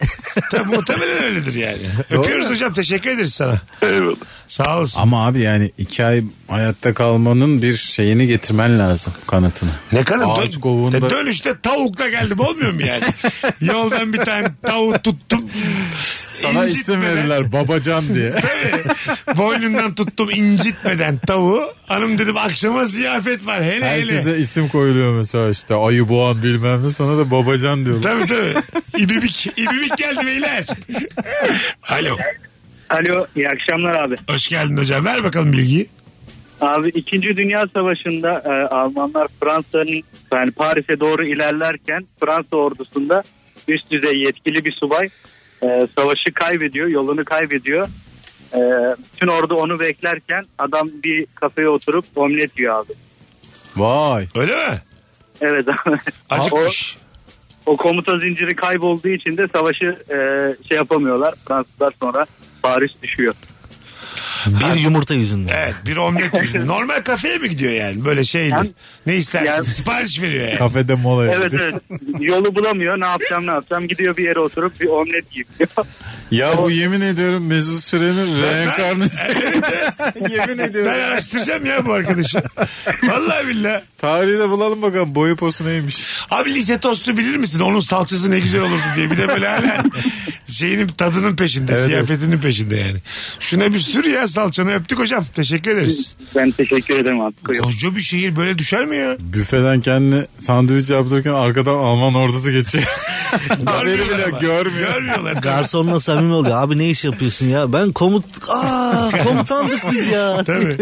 S3: Tabii muhtemelen
S4: (laughs)
S3: öyledir yani. Öpüyoruz hocam teşekkür ederiz sana.
S2: Eyvallah.
S3: Sağ olasın.
S4: Ama abi yani iki ay hayatta kalmanın bir şeyini getirmen lazım kanıtını.
S3: Ne kadar
S4: Ağaç kovuğunda-
S3: dön, dönüşte tavukla geldim olmuyor mu
S4: (laughs)
S3: yani? Yoldan bir tane tavuk tuttum.
S4: Sana isim
S3: incitmeden-
S4: verirler babacan (laughs) diye.
S3: Tabii. Boynundan tuttum incitmeden tavuğu. Hanım dedim akşama ziyafet var hele hele.
S4: Herkese isim koyuluyor mesela işte ayı boğan bilmem ne sana da babacan diyorlar.
S3: Tabii tabii. İbibik. İbibik geldi beyler. Alo.
S8: Alo iyi akşamlar abi.
S3: Hoş geldin hocam. Ver bakalım bilgiyi.
S8: Abi 2. Dünya Savaşı'nda e, Almanlar Fransa'nın yani Paris'e doğru ilerlerken Fransa ordusunda üst düzey yetkili bir subay e, savaşı kaybediyor, yolunu kaybediyor. E, bütün ordu onu beklerken adam bir kafeye oturup omlet yiyor abi.
S4: Vay.
S3: Öyle mi?
S8: Evet (laughs) abi. o,
S3: Acıkmış.
S8: o komuta zinciri kaybolduğu için de savaşı e, şey yapamıyorlar. Fransızlar sonra Paris düşüyor.
S5: (laughs) bir yumurta yüzünden.
S3: Evet bir omlet (laughs) yüzü. Normal kafeye mi gidiyor yani böyle şeyle?
S8: Yani-
S3: ne istersin?
S8: Yani-
S3: Sipariş veriyor yani.
S4: Kafede mola
S8: Evet
S4: yaptı.
S8: evet. Yolu bulamıyor. Ne yapacağım ne yapacağım. Gidiyor bir yere oturup bir omlet yiyor.
S4: Ya bu yemin ediyorum Mesut Süren'in
S3: (laughs)
S4: reenkarnasyonu. (laughs) yemin
S3: Ben
S4: ediyorum.
S3: araştıracağım ya bu arkadaşı. Vallahi billahi.
S4: Tarihi de bulalım bakalım boyu posu neymiş.
S3: Abi lise tostu bilir misin? Onun salçası ne güzel olurdu diye. Bir de böyle hala şeyinin tadının peşinde.
S4: Evet,
S3: ziyafetinin peşinde yani. Şuna bir sür ya salçanı öptük hocam. Teşekkür ederiz.
S8: Ben teşekkür ederim abi.
S3: Koca E, bir şehir böyle düşer mi ya?
S4: Büfeden kendini sandviç yaptırırken arkadan Alman ordusu
S3: (laughs)
S4: geçiyor. Haberi bile
S3: ama.
S4: görmüyor.
S3: Görmüyorlar.
S5: Garsonla samimi oluyor. Abi ne iş yapıyorsun ya? Ben komut... Aa, komutandık biz
S3: (laughs)
S5: ya.
S3: Tabii.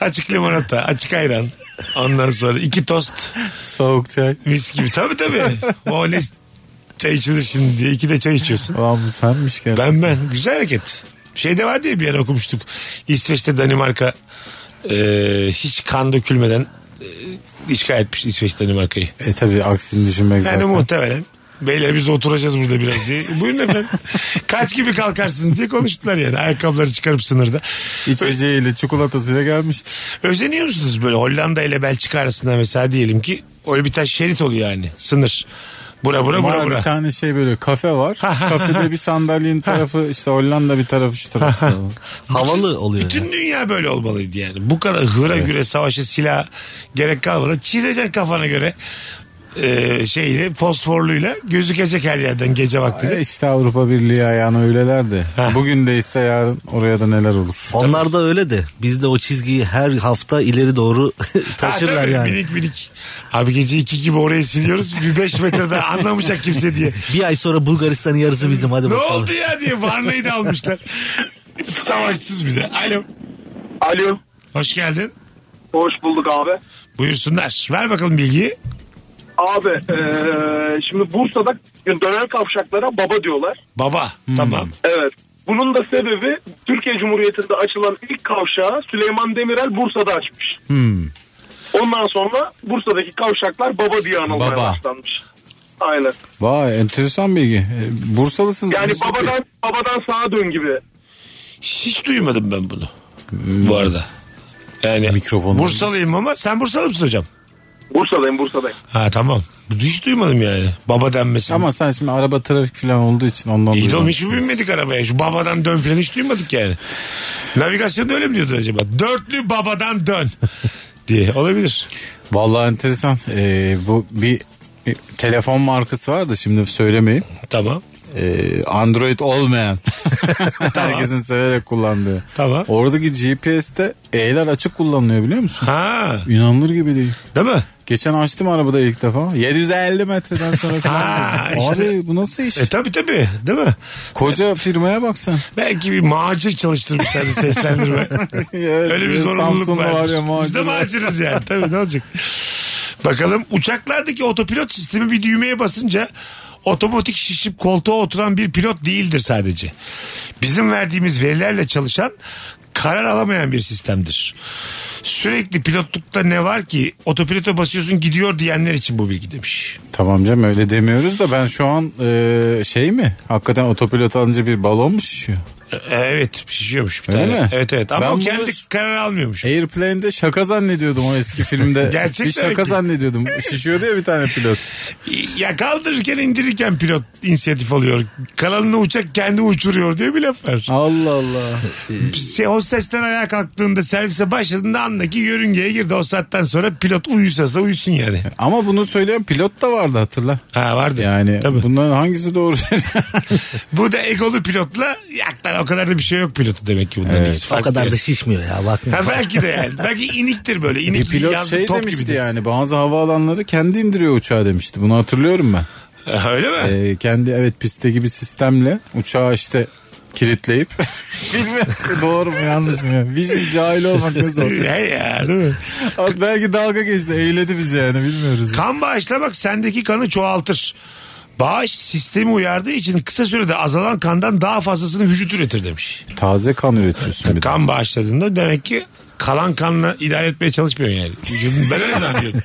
S3: Açık limonata, açık ayran. Ondan sonra iki tost.
S4: Soğuk çay.
S3: Mis gibi. Tabii tabii. O ne çay içilir şimdi diye. iki de çay içiyorsun.
S4: Ulan bu senmiş gerçekten.
S3: Ben ben. Güzel hareket. Şey Şeyde var diye bir yer okumuştuk. İsveç'te Danimarka e, hiç kan dökülmeden e, işgal etmiş İsveç Danimarka'yı.
S4: E tabi aksini düşünmek
S3: Yani
S4: zaten.
S3: muhtemelen. Beyler biz oturacağız burada biraz diye.
S4: (laughs)
S3: Buyurun efendim. Kaç gibi kalkarsınız diye konuştular yani. Ayakkabıları çıkarıp sınırda.
S4: İçeceğiyle çikolatasıyla gelmişti.
S3: Özeniyor musunuz böyle Hollanda ile Belçika arasında mesela diyelim ki öyle bir tane şerit oluyor yani. Sınır. Bura bura bura
S4: Var bir
S3: bura.
S4: tane şey böyle kafe var. Kafede bir sandalyenin tarafı işte Hollanda bir tarafı şu tarafta.
S5: Havalı oluyor. ya.
S3: Bütün dünya böyle olmalıydı yani. Bu kadar hıra güre savaşa silah gerek kalmadan çizeceksin kafana göre. e, şeyle fosforluyla gözükecek her yerden gece vakti.
S4: E işte Avrupa Birliği ayağına öyleler de. Bugün değilse yarın oraya da neler olur.
S5: Onlar da öyle de. Biz de o çizgiyi her hafta ileri doğru (laughs)
S3: Ha,
S5: taşırlar
S3: tabii,
S5: yani.
S3: Minik minik. Abi gece iki gibi orayı siliyoruz. Bir beş
S5: (laughs)
S3: metrede anlamayacak kimse diye.
S5: Bir ay sonra Bulgaristan'ın yarısı bizim hadi
S3: ne
S5: bakalım.
S3: oldu ya diye Varna'yı da almışlar. Savaşsız bir de. Alo.
S9: Alo.
S3: Hoş geldin.
S9: Hoş bulduk abi.
S3: Buyursunlar. Ver bakalım bilgiyi.
S9: Abi eee, şimdi Bursa'da döner kavşaklara baba diyorlar.
S3: Baba.
S5: Hmm.
S3: Tamam.
S9: Evet. Bunun da sebebi Türkiye Cumhuriyeti'nde açılan ilk kavşağı Süleyman Demirel Bursa'da açmış. Ondan sonra Bursa'daki kavşaklar baba diye anılmaya
S4: Baba.
S9: başlanmış. Aynen.
S4: Vay enteresan bilgi. E, Bursalısınız.
S9: Yani
S4: Bursa-
S9: babadan babadan sağa dön gibi.
S3: Hiç duymadım ben bunu. Bu arada. Yani
S4: Mikrofon-
S3: Bursalıyım ama sen Bursalı mısın hocam?
S9: Bursa'dayım Bursa'dayım.
S3: Ha tamam. Hiç duymadım yani. Baba denmesi.
S4: Ama sen şimdi araba trafik falan olduğu için ondan
S3: İyi de oğlum hiç mi
S4: duymamışsın.
S3: binmedik arabaya? Şu babadan dön falan hiç duymadık yani. Navigasyonda öyle mi diyordur acaba? Dörtlü babadan dön (laughs) diye olabilir.
S4: Vallahi enteresan. E, bu bir e, telefon markası var da şimdi söylemeyeyim.
S3: Tamam.
S4: E, Android olmayan. (laughs) Herkesin severek kullandığı.
S3: Tamam.
S4: Oradaki GPS'te E'ler açık kullanılıyor biliyor musun?
S3: Ha,
S4: İnanılır gibi değil.
S3: değil mi?
S4: Geçen açtım arabada ilk defa. 750 metreden sonra falan.
S3: (laughs) Ha,
S4: dedim.
S3: işte.
S4: Abi bu nasıl iş?
S3: E tabii tabii, değil mi?
S4: Koca firmaya bak sen.
S3: Belki bir macir çalıştırmışlar bir seslendirme.
S4: (laughs) Evet, e,
S3: Öyle bir zorunluluk
S4: Ee, Samsun'da
S3: var.
S4: var ya
S3: Biz de
S4: macera. (laughs)
S3: maciriz yani. Tabii ne olacak? Bakalım uçaklardaki otopilot sistemi bir düğmeye basınca otomatik şişip koltuğa oturan bir pilot değildir sadece. Bizim verdiğimiz verilerle çalışan karar alamayan bir sistemdir. Sürekli pilotlukta ne var ki otopilota basıyorsun gidiyor diyenler için bu bilgi demiş.
S4: Tamam canım öyle demiyoruz da ben şu an e, şey mi? Hakikaten otopilot alınca bir balon mu şişiyor?
S3: E, Evet şişiyormuş bir
S4: Öyle
S3: tane.
S4: mi?
S3: Evet evet ama
S4: Ben
S3: o
S4: bunu-
S3: kendi karar almıyormuş.
S4: Airplane'de şaka zannediyordum o eski
S3: (laughs)
S4: filmde.
S3: Gerçek
S4: bir
S3: demek
S4: şaka
S3: ki.
S4: zannediyordum. Şişiyordu ya bir tane pilot.
S3: Ya kaldırırken indirirken pilot inisiyatif alıyor. Kalanını uçak kendi uçuruyor diye bir laf var.
S4: Allah Allah.
S3: Şey, hostesten ayağa kalktığında servise başladığında andaki yörüngeye girdi. O saatten sonra pilot uyusa da uyusun yani.
S4: Ama bunu söyleyen pilot da vardı hatırla.
S3: Ha vardı.
S4: Yani
S3: Tabii.
S4: bunların hangisi
S3: (laughs)
S4: doğru?
S3: Bu da egolu pilotla yaktan o kadar da bir şey yok pilotu demek ki bunların ikisi
S5: O
S3: farklı.
S5: kadar da şişmiyor ya bakma.
S3: Ha, belki de yani. Belki iniktir böyle.
S4: bir
S3: İnik
S4: pilot
S3: yazdı
S4: şey
S3: top
S4: demişti
S3: gibi. de.
S4: yani bazı havaalanları kendi indiriyor uçağı demişti. Bunu hatırlıyorum ben.
S3: Ha, Öyle mi? (laughs)
S4: Ee, kendi evet pistteki bir sistemle uçağı işte
S3: (laughs)
S4: kilitleyip bilmiyoruz ki doğru mu yanlış mı? ya? Vision cahil olmak nasıl olacak?
S3: He ya değil mi?
S4: Abi Belki dalga geçti eğledi bizi yani bilmiyoruz.
S3: Kan bağışlamak sendeki kanı çoğaltır. Bağış sistemi uyardığı için kısa sürede azalan kandan daha fazlasını vücut üretir demiş.
S4: Taze kan üretiyorsun bir de.
S3: Kan bağışladığında demek ki kalan kanla idare etmeye çalışmıyorsun yani. Vücudun ben öyle zannediyorum.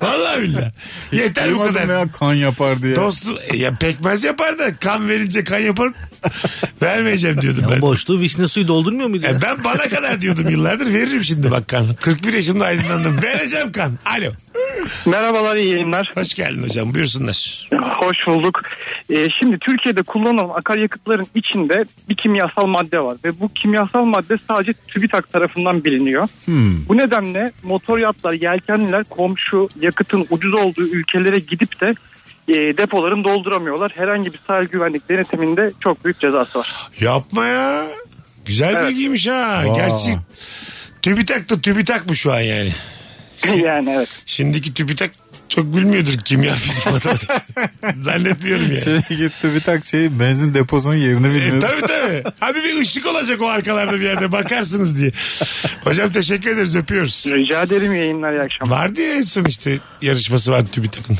S3: Vallahi billahi. Yeter bu
S4: Duymadım
S3: kadar.
S4: ya kan yapar diye.
S3: Dostum e, ya pekmez yapar da kan verince kan yapar vermeyeceğim diyordum ben.
S5: O boşluğu vişne suyu doldurmuyor muydu ya?
S3: E, ben bana kadar diyordum yıllardır veririm şimdi bak kan. 41 yaşında aydınlandım. Vereceğim kan. Alo.
S9: Merhabalar iyi yayınlar.
S3: Hoş geldin hocam buyursunlar.
S9: Hoş bulduk. Ee, şimdi Türkiye'de kullanılan akaryakıtların içinde bir kimyasal madde var ve bu kimyasal madde sadece TÜBİTAK tarafından biliniyor. Bu nedenle motor yatlar, yelkenliler komşu yakıtın ucuz olduğu ülkelere gidip de e, depolarını dolduramıyorlar. Herhangi bir sahil güvenlik denetiminde çok büyük cezası var. (laughs)
S3: Yapma ya. Güzel
S9: Evet.
S3: bilgiymiş ha.
S4: Vay.
S3: Gerçi TÜBİTAK da TÜBİTAK mı şu an yani?
S9: yani evet.
S3: Şimdiki TÜBİTAK çok bilmiyordur kimya fizik
S4: (laughs)
S3: matematik. Zannetmiyorum yani.
S4: Şey gitti bir tak şey benzin deposunun yerini
S3: E,
S4: bilmiyordu.
S3: tabii tabii. Abi bir ışık olacak o arkalarda bir yerde bakarsınız diye. Hocam teşekkür ederiz öpüyoruz.
S9: Rica ederim yayınlar iyi akşamlar.
S3: Vardı ya en son işte yarışması vardı TÜBİTAK'ın.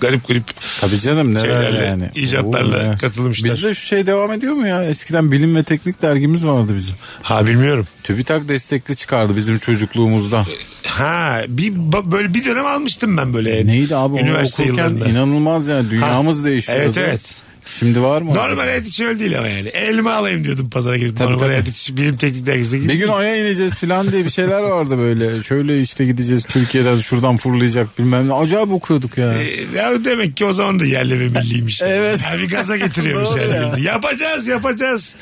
S3: Garip garip.
S4: Tabii canım neler
S3: Şeylerle,
S4: yani.
S3: icatlarla
S4: Oo, ya.
S3: katılmışlar.
S4: Bizde şu şey devam ediyor mu ya? Eskiden bilim ve teknik dergimiz vardı bizim.
S3: Ha bilmiyorum.
S4: TÜBİTAK destekli çıkardı bizim çocukluğumuzda.
S3: Ha bir ba- böyle bir dönem almıştım ben böyle.
S4: Neydi abi onu
S3: E, Üniversite
S4: okurken
S3: yıllarında.
S4: inanılmaz yani dünyamız
S3: Ha,
S4: değişiyor.
S3: evet, evet.
S4: Şimdi var mı?
S3: Normal hayat için öyle değil ama yani. Elma alayım diyordum pazara gidip.
S4: Tabii,
S3: Normal
S4: tabii.
S3: hayat için bilim teknik dergisinde gibi.
S4: Bir gün aya ineceğiz falan diye bir şeyler vardı böyle. Şöyle işte gideceğiz Türkiye'den şuradan fırlayacak bilmem ne. Acayip okuyorduk ya.
S3: E, ya demek ki o zaman da yerli ve milliymiş.
S4: Evet.
S3: Yani bir
S4: (laughs)
S3: gaza getiriyormuş yerli milli. Yapacağız yapacağız.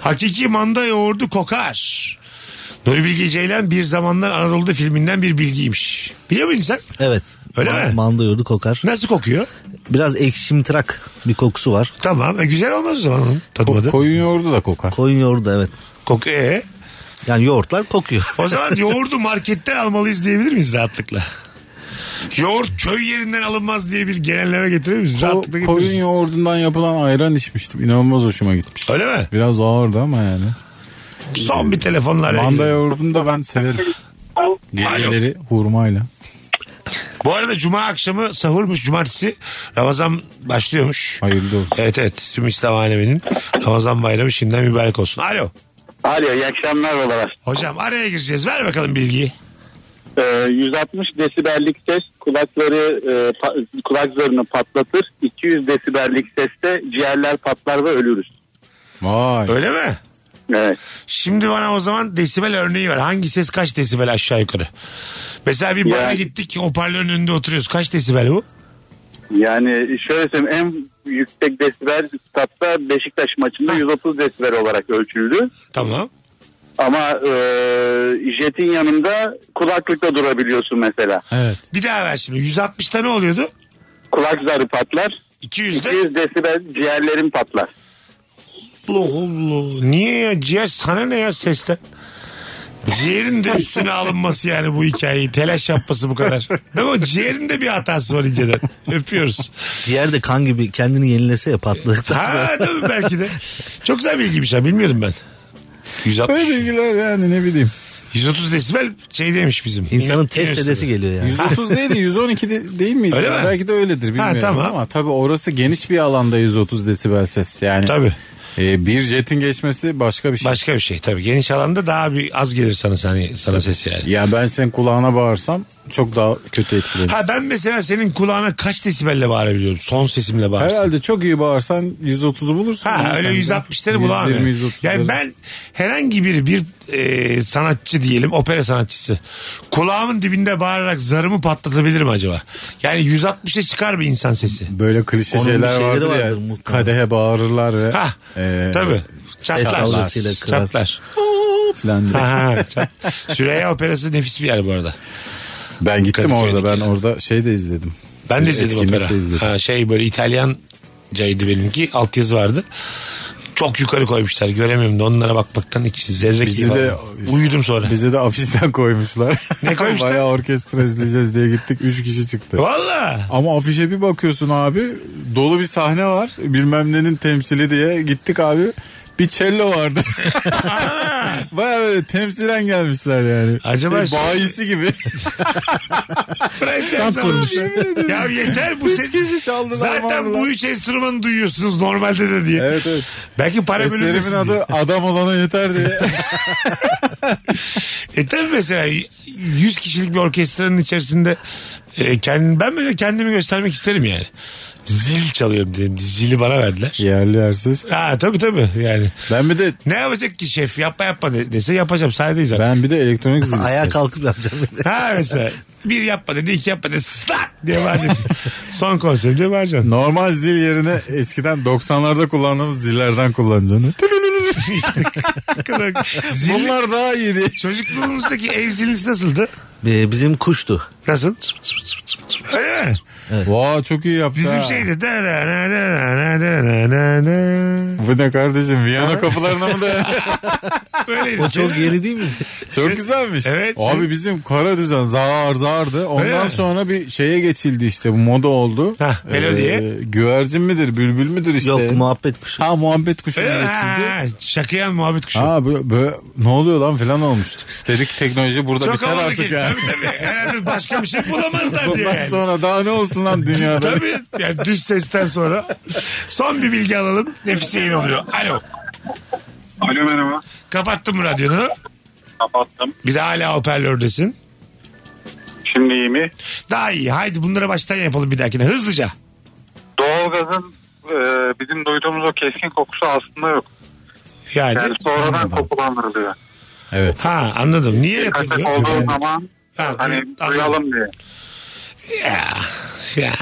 S3: Hakiki manda yoğurdu kokar. Nuri Bilge Ceylan bir zamanlar Anadolu'da filminden bir bilgiymiş. Biliyor muydun sen?
S5: Evet.
S3: Öyle
S5: Ma-
S3: mi?
S5: Manda yoğurdu kokar.
S3: Nasıl kokuyor?
S5: Biraz ekşimtırak bir kokusu var.
S3: Tamam. E, güzel olmaz o zaman onun tadı adı.
S4: Koyun yoğurdu da kokar.
S5: Koyun yoğurdu evet.
S3: Koku. E,
S5: Yani
S3: (laughs)
S5: yoğurtlar kokuyor.
S3: o zaman yoğurdu marketten almalıyız diyebilir miyiz rahatlıkla? Yoğurt köy yerinden alınmaz diye bir genelleme getirir miyiz? Rahatlıkla
S4: Ko-
S3: getiririz.
S4: koyun yoğurdundan yapılan ayran içmiştim. İnanılmaz hoşuma gitmiş.
S3: Öyle mi?
S4: Biraz ağırdı ama yani.
S3: Son bir telefonlar.
S4: Manda yoğurdunu da ben severim. Geceleri hurmayla.
S3: Bu arada cuma akşamı sahurmuş cumartesi. Ramazan başlıyormuş.
S4: Hayırlı olsun.
S3: Evet evet tüm İslam aleminin Ramazan bayramı şimdiden mübarek olsun. Alo.
S9: Alo iyi akşamlar olalar.
S3: Hocam araya gireceğiz. Ver bakalım bilgiyi.
S9: Ee, 160 desibellik ses kulakları e, pa- kulak zarını patlatır. 200 desibellik seste ciğerler patlar ve ölürüz.
S4: Vay.
S3: Öyle mi?
S9: Evet.
S3: Şimdi bana o zaman desibel örneği ver. Hangi ses kaç desibel aşağı yukarı? Mesela bir bara
S9: Yani-
S3: gittik hoparlörün önünde oturuyoruz. Kaç desibel bu?
S9: Yani şöyle söyleyeyim en yüksek desibel statta Beşiktaş maçında 130 desibel olarak ölçüldü.
S3: Tamam.
S9: Ama e, jetin yanında kulaklıkta durabiliyorsun mesela.
S4: Evet.
S3: Bir daha ver şimdi. 160'ta ne oluyordu?
S9: Kulak zarı patlar.
S3: 200'de.
S9: 200 desibel ciğerlerim patlar.
S3: Allah Allah. Niye ya? Ciğer sana ne ya sesten? Ciğerin de üstüne alınması yani bu hikayeyi. Telaş yapması bu kadar. Değil mi? Ciğerin de bir hatası var inceden. Öpüyoruz.
S5: Ciğer de kan gibi kendini yenilese ya patladıktan sonra.
S3: Ha değil mi belki de. Çok güzel bilgiymiş ha bilmiyordum ben. 160.
S4: Böyle bilgiler yani ne bileyim.
S3: 130 desibel şey demiş bizim.
S5: İnsanın
S3: Ünü-
S5: test
S3: üniversitede.
S5: edesi geliyor yani.
S4: 130 neydi? 112 de- değil miydi?
S3: Öyle mi?
S4: Belki de öyledir bilmiyorum
S3: tamam.
S4: ama tabii orası geniş bir alanda 130 desibel ses yani.
S3: Tabii.
S4: E, bir jetin geçmesi başka bir şey.
S3: Başka bir şey tabii. Geniş alanda daha bir az gelir sana sana, sana ses yani.
S4: Ya ben senin kulağına bağırsam çok daha kötü etkilenir.
S3: Ha ben mesela senin kulağına kaç desibelle bağırabiliyorum? Son sesimle bağırsam.
S4: Herhalde çok iyi bağırsan 130'u bulursun.
S3: Ha
S4: Yani
S3: öyle
S4: sen
S3: 160'ları bulamıyorum.
S4: 120 130'ları.
S3: Yani ben herhangi bir bir e, sanatçı diyelim opera sanatçısı kulağımın dibinde bağırarak zarımı patlatabilirim acaba? Yani 160'a çıkar bir insan sesi.
S4: böyle klişe
S5: Onun bir
S4: şeyler
S5: şeyleri
S4: vardır,
S5: vardır
S4: ya.
S5: muhtemelen.
S4: Kadehe bağırırlar ve
S3: Ha
S4: e,
S3: tabii. Çatlar.
S5: dalgasıyla kırar.
S3: Çatlar.
S4: falan diye.
S3: Ha, ha,
S4: (laughs)
S3: çat. Süreyya Operası nefis bir yer bu arada.
S4: Ben gittim
S3: Kadıköy'deki
S4: orada. Ben
S3: yani.
S4: orada şey de izledim.
S3: Ben de
S4: Bir
S3: izledim
S4: etkinlik
S3: opera.
S4: de izledim.
S3: Ha, şey böyle İtalyancaydı benimki. Altyazı vardı. Çok yukarı koymuşlar. Göremiyorum da onlara bakmaktan hiç zerre
S4: Bizi
S3: gibi.
S4: de-
S3: olmadı. Uyudum sonra.
S4: Bize de afişten koymuşlar. (laughs)
S3: Ne koymuşlar?
S4: Bayağı orkestra izleyeceğiz diye gittik. Üç kişi çıktı.
S3: Valla.
S4: Ama afişe bir bakıyorsun abi dolu bir sahne var. Bilmem nenin temsili diye gittik abi. Bir cello (laughs) vardı. Baya böyle temsilen gelmişler yani. şey,
S3: Acaba şey-
S4: bayisi gibi.
S3: Fransa kurmuş. Ya yeter bu
S4: Üç
S3: ses.
S4: kişi çaldılar,
S3: Zaten
S4: vallahi.
S3: bu üç enstrümanı duyuyorsunuz normalde de diye.
S4: evet evet.
S3: Belki para
S4: Eserimin
S3: bölünmesin diye.
S4: adı adam olana yeter diye.
S3: E tabii mesela 100 kişilik bir orkestranın içerisinde e, kendim, ben mesela kendimi göstermek isterim yani. Zil çalıyorum dedim. Zili bana verdiler.
S4: (laughs) Yerli yersiz.
S3: Ha tabii tabii yani.
S4: Ben bir de
S3: Ne yapacak ki şef yapma yapma de- dese yapacağım sahnedeyiz artık.
S4: ben bir de elektronik zil
S5: Ayağa
S4: istedim.
S5: kalkıp yapacağım. (laughs)
S3: Ha mesela bir yapma dedi iki yapma dedi slat diye
S4: (laughs)
S3: bağıracaksın. Son konserim diye bağıracaksın. (laughs)
S4: Normal zil yerine eskiden 90'larda kullandığımız zillerden kullanacaksın. Tülülülülü.
S3: Zilli,
S4: Bunlar daha iyiydi.
S3: Çocukluğumuzdaki ev ziliniz nasıldı?
S5: Ee, Bizim kuştu.
S3: Nasıl? Öyle mi?
S4: Vay çok iyi yaptı.
S3: Bizim
S4: ha.
S3: şeydi. Da da da da da da da da da.
S4: Bu ne kardeşim Viyana kapılarına mı
S3: (laughs)
S4: da?
S3: Böyleydi.
S5: O çok
S3: Senin-
S5: yeni değil mi?
S4: Çok güzelmiş.
S3: Şey- Evet.
S4: Abi bizim kara düzen zar zardı.
S3: Öyle
S4: Ondan
S3: mi?
S4: sonra bir şeye geçildi işte bu moda oldu. Ee,
S3: Hah, melodiye.
S4: güvercin midir bülbül müdür işte.
S5: Yok muhabbet kuşu.
S4: Ha muhabbet kuşuna
S3: Öyle mi?
S4: geçildi.
S3: Ha, Şakayan muhabbet kuşu.
S4: Ha böyle, böyle ne oluyor lan filan olmuştuk. Dedik teknoloji burada
S3: Çok
S4: biter
S3: havalı
S4: artık
S3: ki.
S4: ya.
S3: Tabii tabii. Herhalde başka bir şey bulamazlar diye.
S4: Bundan
S3: yani.
S4: sonra daha ne olsun lan dünyada.
S3: Tabii. Yani düz sesten sonra. Son bir bilgi alalım. Nefis yayın oluyor. Alo.
S10: Alo merhaba.
S3: Kapattım radyonu.
S10: Kapattım.
S3: Bir de hala hoparlördesin.
S10: Şimdi iyi mi?
S3: Daha iyi. Haydi bunları baştan yapalım bir dahakine. Hızlıca.
S10: Doğalgazın e, bizim duyduğumuz o keskin kokusu aslında yok.
S3: Yani.
S10: Yani sonradan kokulandırılıyor.
S4: Evet.
S3: Ha anladım. Niye
S10: Kaçak
S3: yapılıyor?
S10: olduğu zaman
S3: Ha,
S10: hani
S3: anladım.
S10: duyalım diye.
S3: Ya, ya.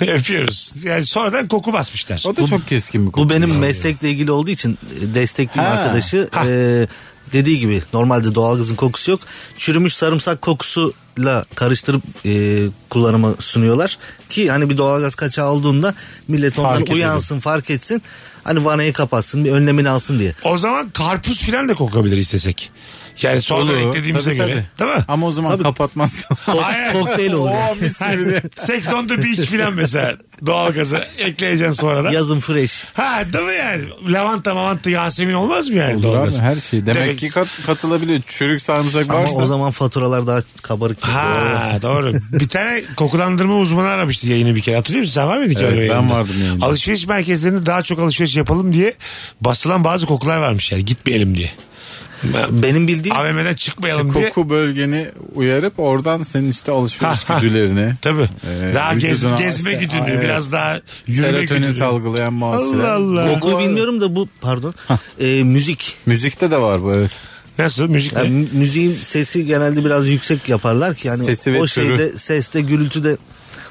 S3: (laughs) Öpüyoruz. Yani sonradan koku basmışlar.
S4: O da çok keskin bir konu.
S5: Bu benim meslekle ilgili olduğu için e, destekliyim
S4: Ha.
S5: arkadaşı.
S3: Ha.
S5: Ee, dediği gibi normalde doğalgazın kokusu yok. Çürümüş sarımsak kokusuyla karıştırıp e, kullanıma sunuyorlar. Ki hani bir doğalgaz kaçağı olduğunda millet ondan
S4: edelim.
S5: uyansın fark etsin. Hani vanayı kapatsın bir önlemini alsın diye.
S3: O zaman karpuz filan da kokabilir istesek. Yani sonradan
S4: Olur. Tabii,
S3: eklediğimize göre.
S4: tabii.
S3: (laughs) Değil mi?
S4: Ama o zaman
S5: Tabii.
S4: kapatmazsın.
S3: Hayır.
S5: kokteyl olur.
S4: O mis gibi de.
S3: (laughs) Sex on the beach filan mesela doğalgaza ekleyeceksin sonra da.
S5: Yazın fresh.
S3: Ha değil mi yani? Lavanta mavanta Yasemin olmaz mı yani?
S4: Olur abi
S3: doğalgaz?
S4: her şey. Demek,
S3: Demek-
S4: ki kat, katılabiliyor. Çürük sarımsak
S5: Ama
S4: varsa.
S5: o zaman faturalar daha kabarık.
S3: Ha doğru. bir tane kokulandırma uzmanı aramıştı yayını bir kere. Hatırlıyor musun? Sen var mıydın ki
S4: Evet,
S3: öyle bir
S4: ben
S3: yayında?
S4: vardım yayında.
S3: Alışveriş merkezlerinde daha çok alışveriş yapalım diye basılan bazı kokular varmış yani gitmeyelim diye.
S5: Benim bildiğim
S3: AVM'den çıkmayalım diye.
S4: Koku bölgeni uyarıp oradan senin işte alışveriş
S3: Ha, ha.
S4: güdülerini.
S3: Tabii.
S4: Ee,
S3: daha gez,
S4: vücuduna
S3: gezme
S4: işte-
S3: güdünü,
S4: Aa, evet.
S3: biraz daha yürüme
S4: Serotonin
S3: güdünü.
S4: salgılayan mahsuller.
S3: Allah Allah.
S5: kokuyu bilmiyorum da bu pardon. E, müzik.
S4: Müzikte de var bu evet.
S3: Nasıl müzik
S5: Yani
S3: ne?
S5: mü- müziğin sesi genelde biraz yüksek yaparlar ki yani
S4: Sesi ve
S5: o
S4: türü.
S5: şeyde seste gürültüde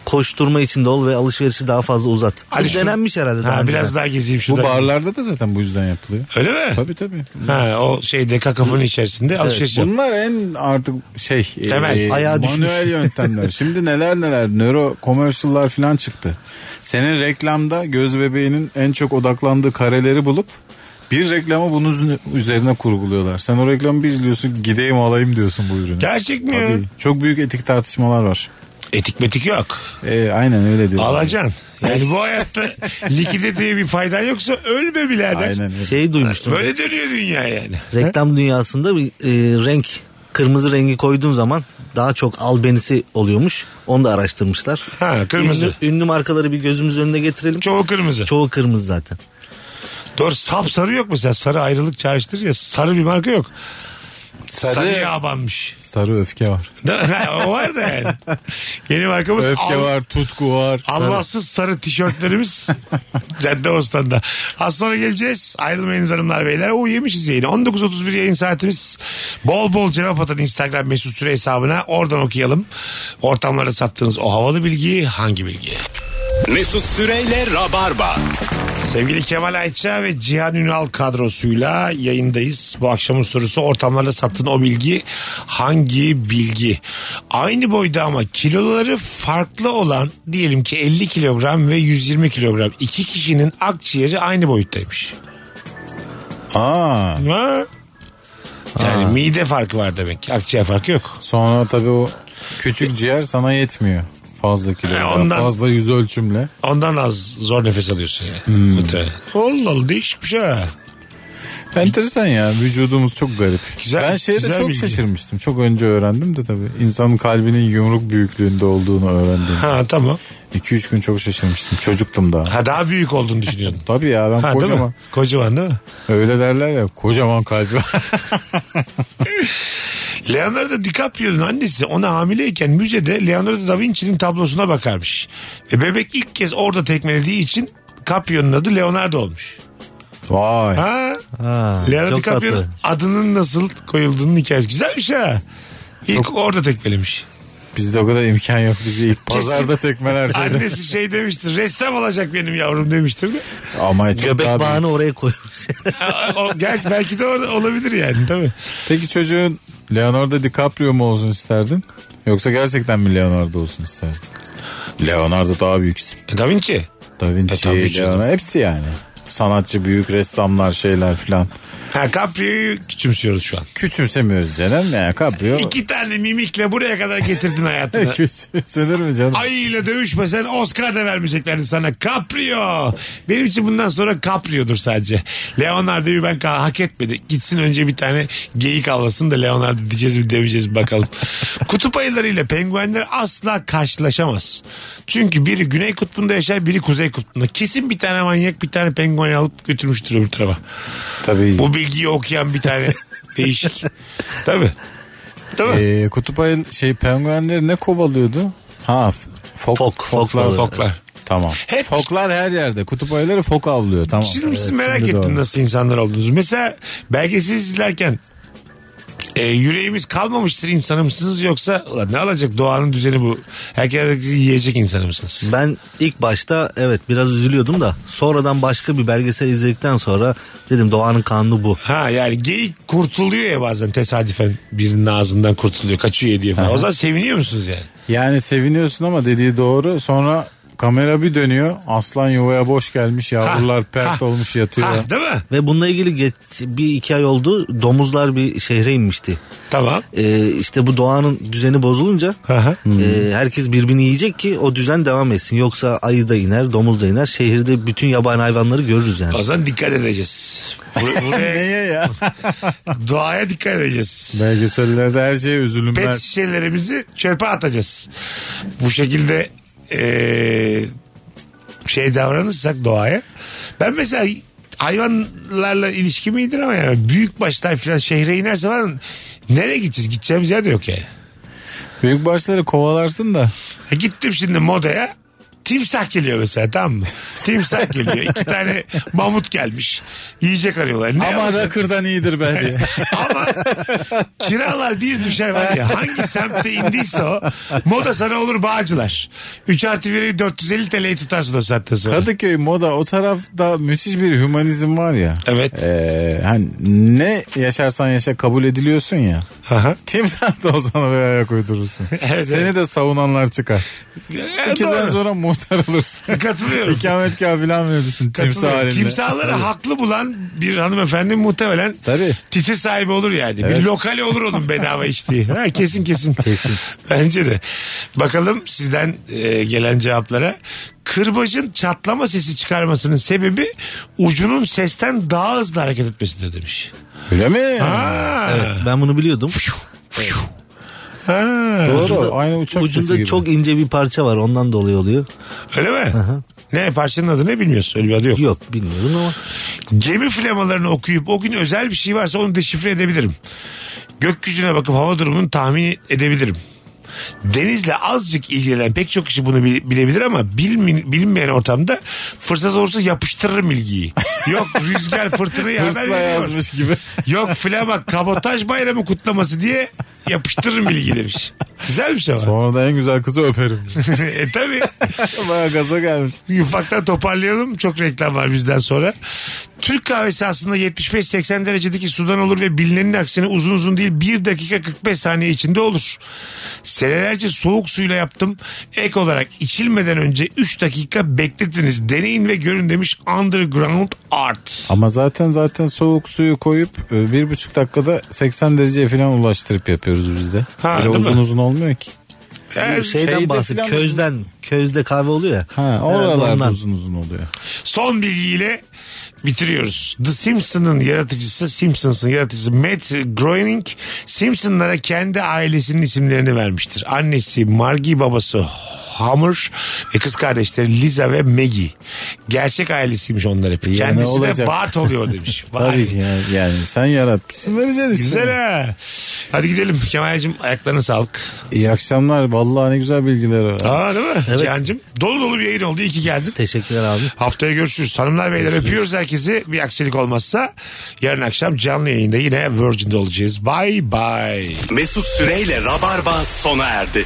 S5: koşturma içinde ol ve alışverişi daha fazla uzat.
S3: Hadi
S5: Bu
S3: şu-
S5: denenmiş herhalde daha
S3: Ha,
S5: önce.
S3: biraz daha gezeyim
S4: Bu
S3: şurada.
S4: barlarda da zaten bu yüzden yapılıyor.
S3: Öyle mi?
S4: Tabii tabii.
S3: Ha, o şeyde kakafonun içerisinde alışveriş yap.
S4: Bunlar en artık şey
S3: Şey. Temel.
S5: Ayağa düşmüş.
S3: (laughs)
S4: manuel yöntemler. Şimdi neler neler nöro commercial'lar falan çıktı. Senin reklamda göz bebeğinin en çok odaklandığı kareleri bulup bir reklamı bunun üzerine kurguluyorlar. Sen o reklamı bir izliyorsun gideyim alayım diyorsun bu ürünü.
S3: Gerçek mi ya?
S4: Tabii. Çok büyük etik tartışmalar var.
S3: Etik metik yok.
S4: Ee, aynen öyle diyorlar.
S3: Alacaksın. Yani bu hayatta (laughs) likiditeye bir faydan yoksa ölme birader.
S4: Aynen öyle.
S5: Şeyi duymuştum.
S3: Böyle dönüyor dünya yani.
S5: Reklam dünyasında bir e, renk kırmızı rengi koyduğun zaman daha çok albenisi oluyormuş. Onu da araştırmışlar.
S3: Ha, kırmızı.
S5: Ünlü, ünlü markaları bir gözümüz önüne getirelim.
S3: Çoğu kırmızı.
S5: Çoğu kırmızı zaten.
S3: Doğru sap sarı yok mesela. Sarı ayrılık çağrıştırır ya. Sarı bir marka yok. Sarı.
S4: Sarı-
S3: Sarıya abanmış. (laughs)
S4: Sarı öfke var.
S3: Değil mi? Ha, o var da yani. Yeni markamız
S4: Öfke
S3: Al-
S4: var, tutku var.
S3: Allahsız sarı tişörtlerimiz Cadde Bostan'da. Az sonra geleceğiz. Ayrılmayınız hanımlar beyler. O yemişiz yayını. 19.31 yayın saatimiz. Bol bol cevap atın Instagram mesut süre hesabına. Oradan okuyalım. Ortamlarda sattığınız o havalı bilgiyi hangi bilgi?
S2: Mesut Süreyle Rabarba.
S3: Sevgili Kemal Ayça ve Cihan Ünal kadrosuyla yayındayız. Bu akşamın sorusu ortamlarda sattığın o bilgi hangi bilgi? Aynı boyda ama kiloları farklı olan diyelim ki 50 kilogram ve 120 kilogram iki kişinin akciğeri aynı boyuttaymış.
S4: Aa.
S3: Ha? Yani mide farkı var demek ki akciğer farkı yok.
S4: Sonra tabii o küçük ciğer sana yetmiyor. Fazla kilo.
S3: Ha, E, ondan-
S4: Fazla yüz ölçümle.
S3: Ondan az zor nefes alıyorsun yani. Muhtemelen. Allah Allah değişikmiş ha.
S4: Enteresan ya. Vücudumuz çok garip.
S3: Güzel-
S4: ben şeye de
S3: güzel
S4: çok
S3: bilgi.
S4: şaşırmıştım. Çok önce öğrendim de tabii. İnsanın kalbinin yumruk büyüklüğünde olduğunu öğrendim.
S3: Ha tamam.
S4: 2-3 gün çok şaşırmıştım. Çocuktum daha.
S3: Ha daha büyük olduğunu düşünüyordun.
S4: Tabii ya ben
S3: Ha, Değil
S4: kocaman.
S3: mi? Kocaman değil mi?
S4: Öyle derler ya. Kocaman kalbi
S3: (laughs)
S4: var.
S3: Leonardo DiCaprio'nun annesi ona hamileyken müzede Leonardo da Vinci'nin tablosuna bakarmış. E, bebek ilk kez orada tekmelediği için Caprio'nun adı Leonardo olmuş.
S4: Vay.
S3: Ha?
S5: Ha,
S3: Leonardo
S5: çok
S3: DiCaprio'nun
S5: tatlı.
S3: adının nasıl koyulduğunun hikayesi. Güzelmiş ha. İlk orada
S5: (laughs)
S3: tekmelemiş.
S4: Bizde o kadar imkan yok. Bizi ilk pazarda tekmeler şeyde.
S3: Annesi şey demiştir. Ressam olacak benim yavrum demiştir.
S4: Ama çok
S5: Göbek
S4: daha büyük.
S5: bağını oraya koymuş. (laughs)
S3: o, gel, belki de orada olabilir yani tabii.
S4: Peki çocuğun Leonardo DiCaprio mu olsun isterdin? Yoksa gerçekten mi Leonardo olsun isterdin? Leonardo daha büyük isim.
S3: E, da Vinci.
S4: Da Vinci,
S3: E, tabii canım.
S4: Leonardo hepsi yani. Sanatçı, büyük ressamlar, şeyler filan.
S3: Ha Caprio'yu küçümsüyoruz şu an.
S4: Küçümsemiyoruz canım ya Caprio.
S3: İki tane mimikle buraya kadar getirdin hayatını.
S4: (laughs) Küçümsenir mi canım?
S3: ayıyla dövüşmesen Oscar da vermeyeceklerdi sana. Caprio. Benim için bundan sonra Caprio'dur sadece. Leonardo'yu ben ka- hak etmedi. Gitsin önce bir tane geyik avlasın da Leonardo diyeceğiz mi demeyeceğiz mi bakalım. Kutup ayılarıyla penguenler asla karşılaşamaz. Çünkü biri güney kutbunda yaşar biri kuzey kutbunda. Kesin bir tane manyak bir tane penguen alıp götürmüştür öbür tarafa.
S4: Tabii.
S3: Bu bilgiyi okuyan bir tane değişik. Tabii. Değil mi?
S4: Ee, kutup ayı şey penguenleri ne kovalıyordu? Ha f- fok,
S5: Fok,
S4: foklar.
S5: foklar.
S3: Foklar.
S4: Tamam.
S3: Hep-
S4: Foklar her yerde. Kutup ayıları fok avlıyor. Tamam.
S3: Şimdi
S4: Evet,
S3: siz merak
S4: şimdi
S3: ettim
S4: doğru.
S3: nasıl insanlar olduğunuzu. Mesela belgesel izlerken E, yüreğimiz kalmamıştır insanı mısınız yoksa "Ulan ne alacak doğanın düzeni bu. Herkes yiyecek insanı mısınız?
S5: Ben ilk başta evet biraz üzülüyordum da sonradan başka bir belgesel izledikten sonra dedim doğanın kanunu bu.
S3: Ha yani geyik kurtuluyor ya bazen tesadüfen birinin ağzından kurtuluyor kaçıyor diye falan. O zaman seviniyor musunuz yani?
S4: Yani seviniyorsun ama dediği doğru. Sonra kamera bir dönüyor. Aslan yuvaya boş gelmiş. Yavrular pert olmuş yatıyor.
S3: Ha, değil mi?
S5: Ve bununla ilgili geç, bir iki ay oldu domuzlar bir şehre inmişti.
S3: Tamam.
S5: Ee, işte bu doğanın düzeni bozulunca
S3: Aha.
S4: Hmm.
S5: e, herkes birbirini yiyecek ki o düzen devam etsin. Yoksa ayı da iner domuz da iner şehirde bütün yabani hayvanları görürüz yani.
S3: O zaman dikkat edeceğiz. Bur- Buraya
S4: (laughs) Neye
S3: (laughs)
S4: ya?
S3: doğaya dikkat edeceğiz.
S4: Belgesellerde her şeye üzülüm
S3: Pet
S4: ben.
S3: şişelerimizi çöpe atacağız. Bu şekilde eee, şey davranırsak doğaya. Ben mesela hayvanlarla ilişkim iyidir ama yani büyük başlar falan şehre inerse falan nereye gideceğiz? Gideceğimiz yer de yok yani.
S4: Büyük başları kovalarsın da.
S3: Ha, Gittim şimdi modaya. Timsah geliyor mesela tamam mı? Timsah geliyor. İki tane mamut gelmiş. Yiyecek arıyorlar. Ne
S4: Ama
S3: yapacağız?
S4: rakırdan iyidir be
S3: (laughs)
S4: diye.
S3: Ama kiralar bir düşer var ya hangi semtte indiyse o moda sana olur bağcılar. 3 artı 1'i 450 TL'yi tutarsın o saatten sonra.
S4: Kadıköy moda o tarafta müthiş bir hümanizm var ya.
S3: Evet.
S4: Ee, hani ne yaşarsan yaşa kabul ediliyorsun ya.
S3: Aha.
S4: (laughs) Timsah da o sana bir ayak uydurursun.
S3: (laughs) Evet,
S4: Seni
S3: evet.
S4: de savunanlar çıkar.
S3: Ee,
S4: İki sene
S3: doğru.
S4: sonra muhtar
S3: (laughs)
S4: olursun.
S3: Katılıyorum.
S4: İkametgah falan verirsin timsah
S3: Katılıyorum.
S4: halinde.
S3: Timsahları haklı bulan bir hanımefendi muhtemelen
S4: Tabii.
S3: titir sahibi olur yani. Bir lokali olur onun bedava içtiği. Ha, kesin kesin. Kesin. (laughs) Bence de. Bakalım sizden e, gelen cevaplara. Kırbacın çatlama sesi çıkarmasının sebebi ucunun sesten daha hızlı hareket etmesidir demiş.
S4: Öyle mi?
S3: Ha.
S5: Evet ben bunu biliyordum.
S3: Ha.
S4: Doğru.
S5: Ucunda-
S4: Aynı uçak sesi
S5: Ucunda
S4: gibi.
S5: çok ince bir parça var ondan dolayı oluyor.
S3: Öyle mi? Ne parçanın adı ne bilmiyorsun. Öyle bir adı yok.
S5: Yok bilmiyorum ama
S3: Gemi flamalarını okuyup o gün özel bir şey varsa onu deşifre edebilirim. Gökyüzüne bakıp hava durumunu tahmin edebilirim. Denizle azıcık ilgilenen pek çok kişi bunu bile- bilebilir ama bilmin, bilinmeyen ortamda fırsat olursa yapıştırırım ilgiyi. Yok rüzgar fırtınayı haber
S4: Hırsla
S3: veriyor.
S4: yazmış gibi.
S3: (laughs) Yok flama kabotaj bayramı kutlaması diye yapıştırırım ilgiyi demiş. Güzelmiş ama.
S4: Sonra da en güzel kızı öperim.
S3: (laughs) e tabi.
S4: Baya gaza gelmiş.
S3: Ufaktan toparlayalım. Çok reklam var bizden sonra. Türk kahvesi aslında 75-80 derecedeki sudan olur ve bilinenin aksine uzun uzun değil 1 dakika 45 saniye içinde olur. Senelerce soğuk suyla yaptım. Ek olarak içilmeden önce 3 dakika bekletiniz. Deneyin ve görün demiş Underground Art.
S4: Ama zaten zaten soğuk suyu koyup e, bir buçuk dakikada 80 dereceye falan ulaştırıp yapıyoruz biz de.
S3: Ha,
S4: Öyle
S3: değil
S4: uzun
S3: mi?
S4: uzun olmuyor ki.
S3: Ee,
S5: şeyden
S4: şeyde
S5: bahsediyor.
S4: filan-
S5: Közden, közde kahve oluyor ya.
S4: Ha,
S5: Herhalde
S4: oralarda
S5: ondan.
S4: uzun uzun oluyor.
S3: Son bilgiyle bitiriyoruz. The Simpsons'ın yaratıcısı, Simpsons'ın yaratıcısı Matt Groening Simpson'lara kendi ailesinin isimlerini vermiştir. Annesi Margie, babası Homer ve kız kardeşleri Lisa ve Maggie. Gerçek ailesiymiş onlar hep.
S4: Yani
S3: Kendisi de
S4: olacak.
S3: Bart oluyor demiş.
S4: (laughs)
S3: Vay.
S4: Tabii ki yani, yani sen yaratmışsın vereceksin işte.
S3: Güzel ha. Hadi gidelim Kemal'cim ayaklarına sağlık.
S4: İyi akşamlar. Vallahi ne güzel bilgiler var.
S3: Aa değil mi?
S5: Evet.
S3: Cihan'cım dolu dolu bir yayın oldu. İyi ki geldin.
S5: Teşekkürler abi.
S3: Haftaya görüşürüz. Hanımlar beyler öpüyoruz herkesi. Bir aksilik olmazsa yarın akşam canlı yayında yine Virgin'de olacağız. Bye bye.
S2: Mesut Süreyle Rabarba sona erdi.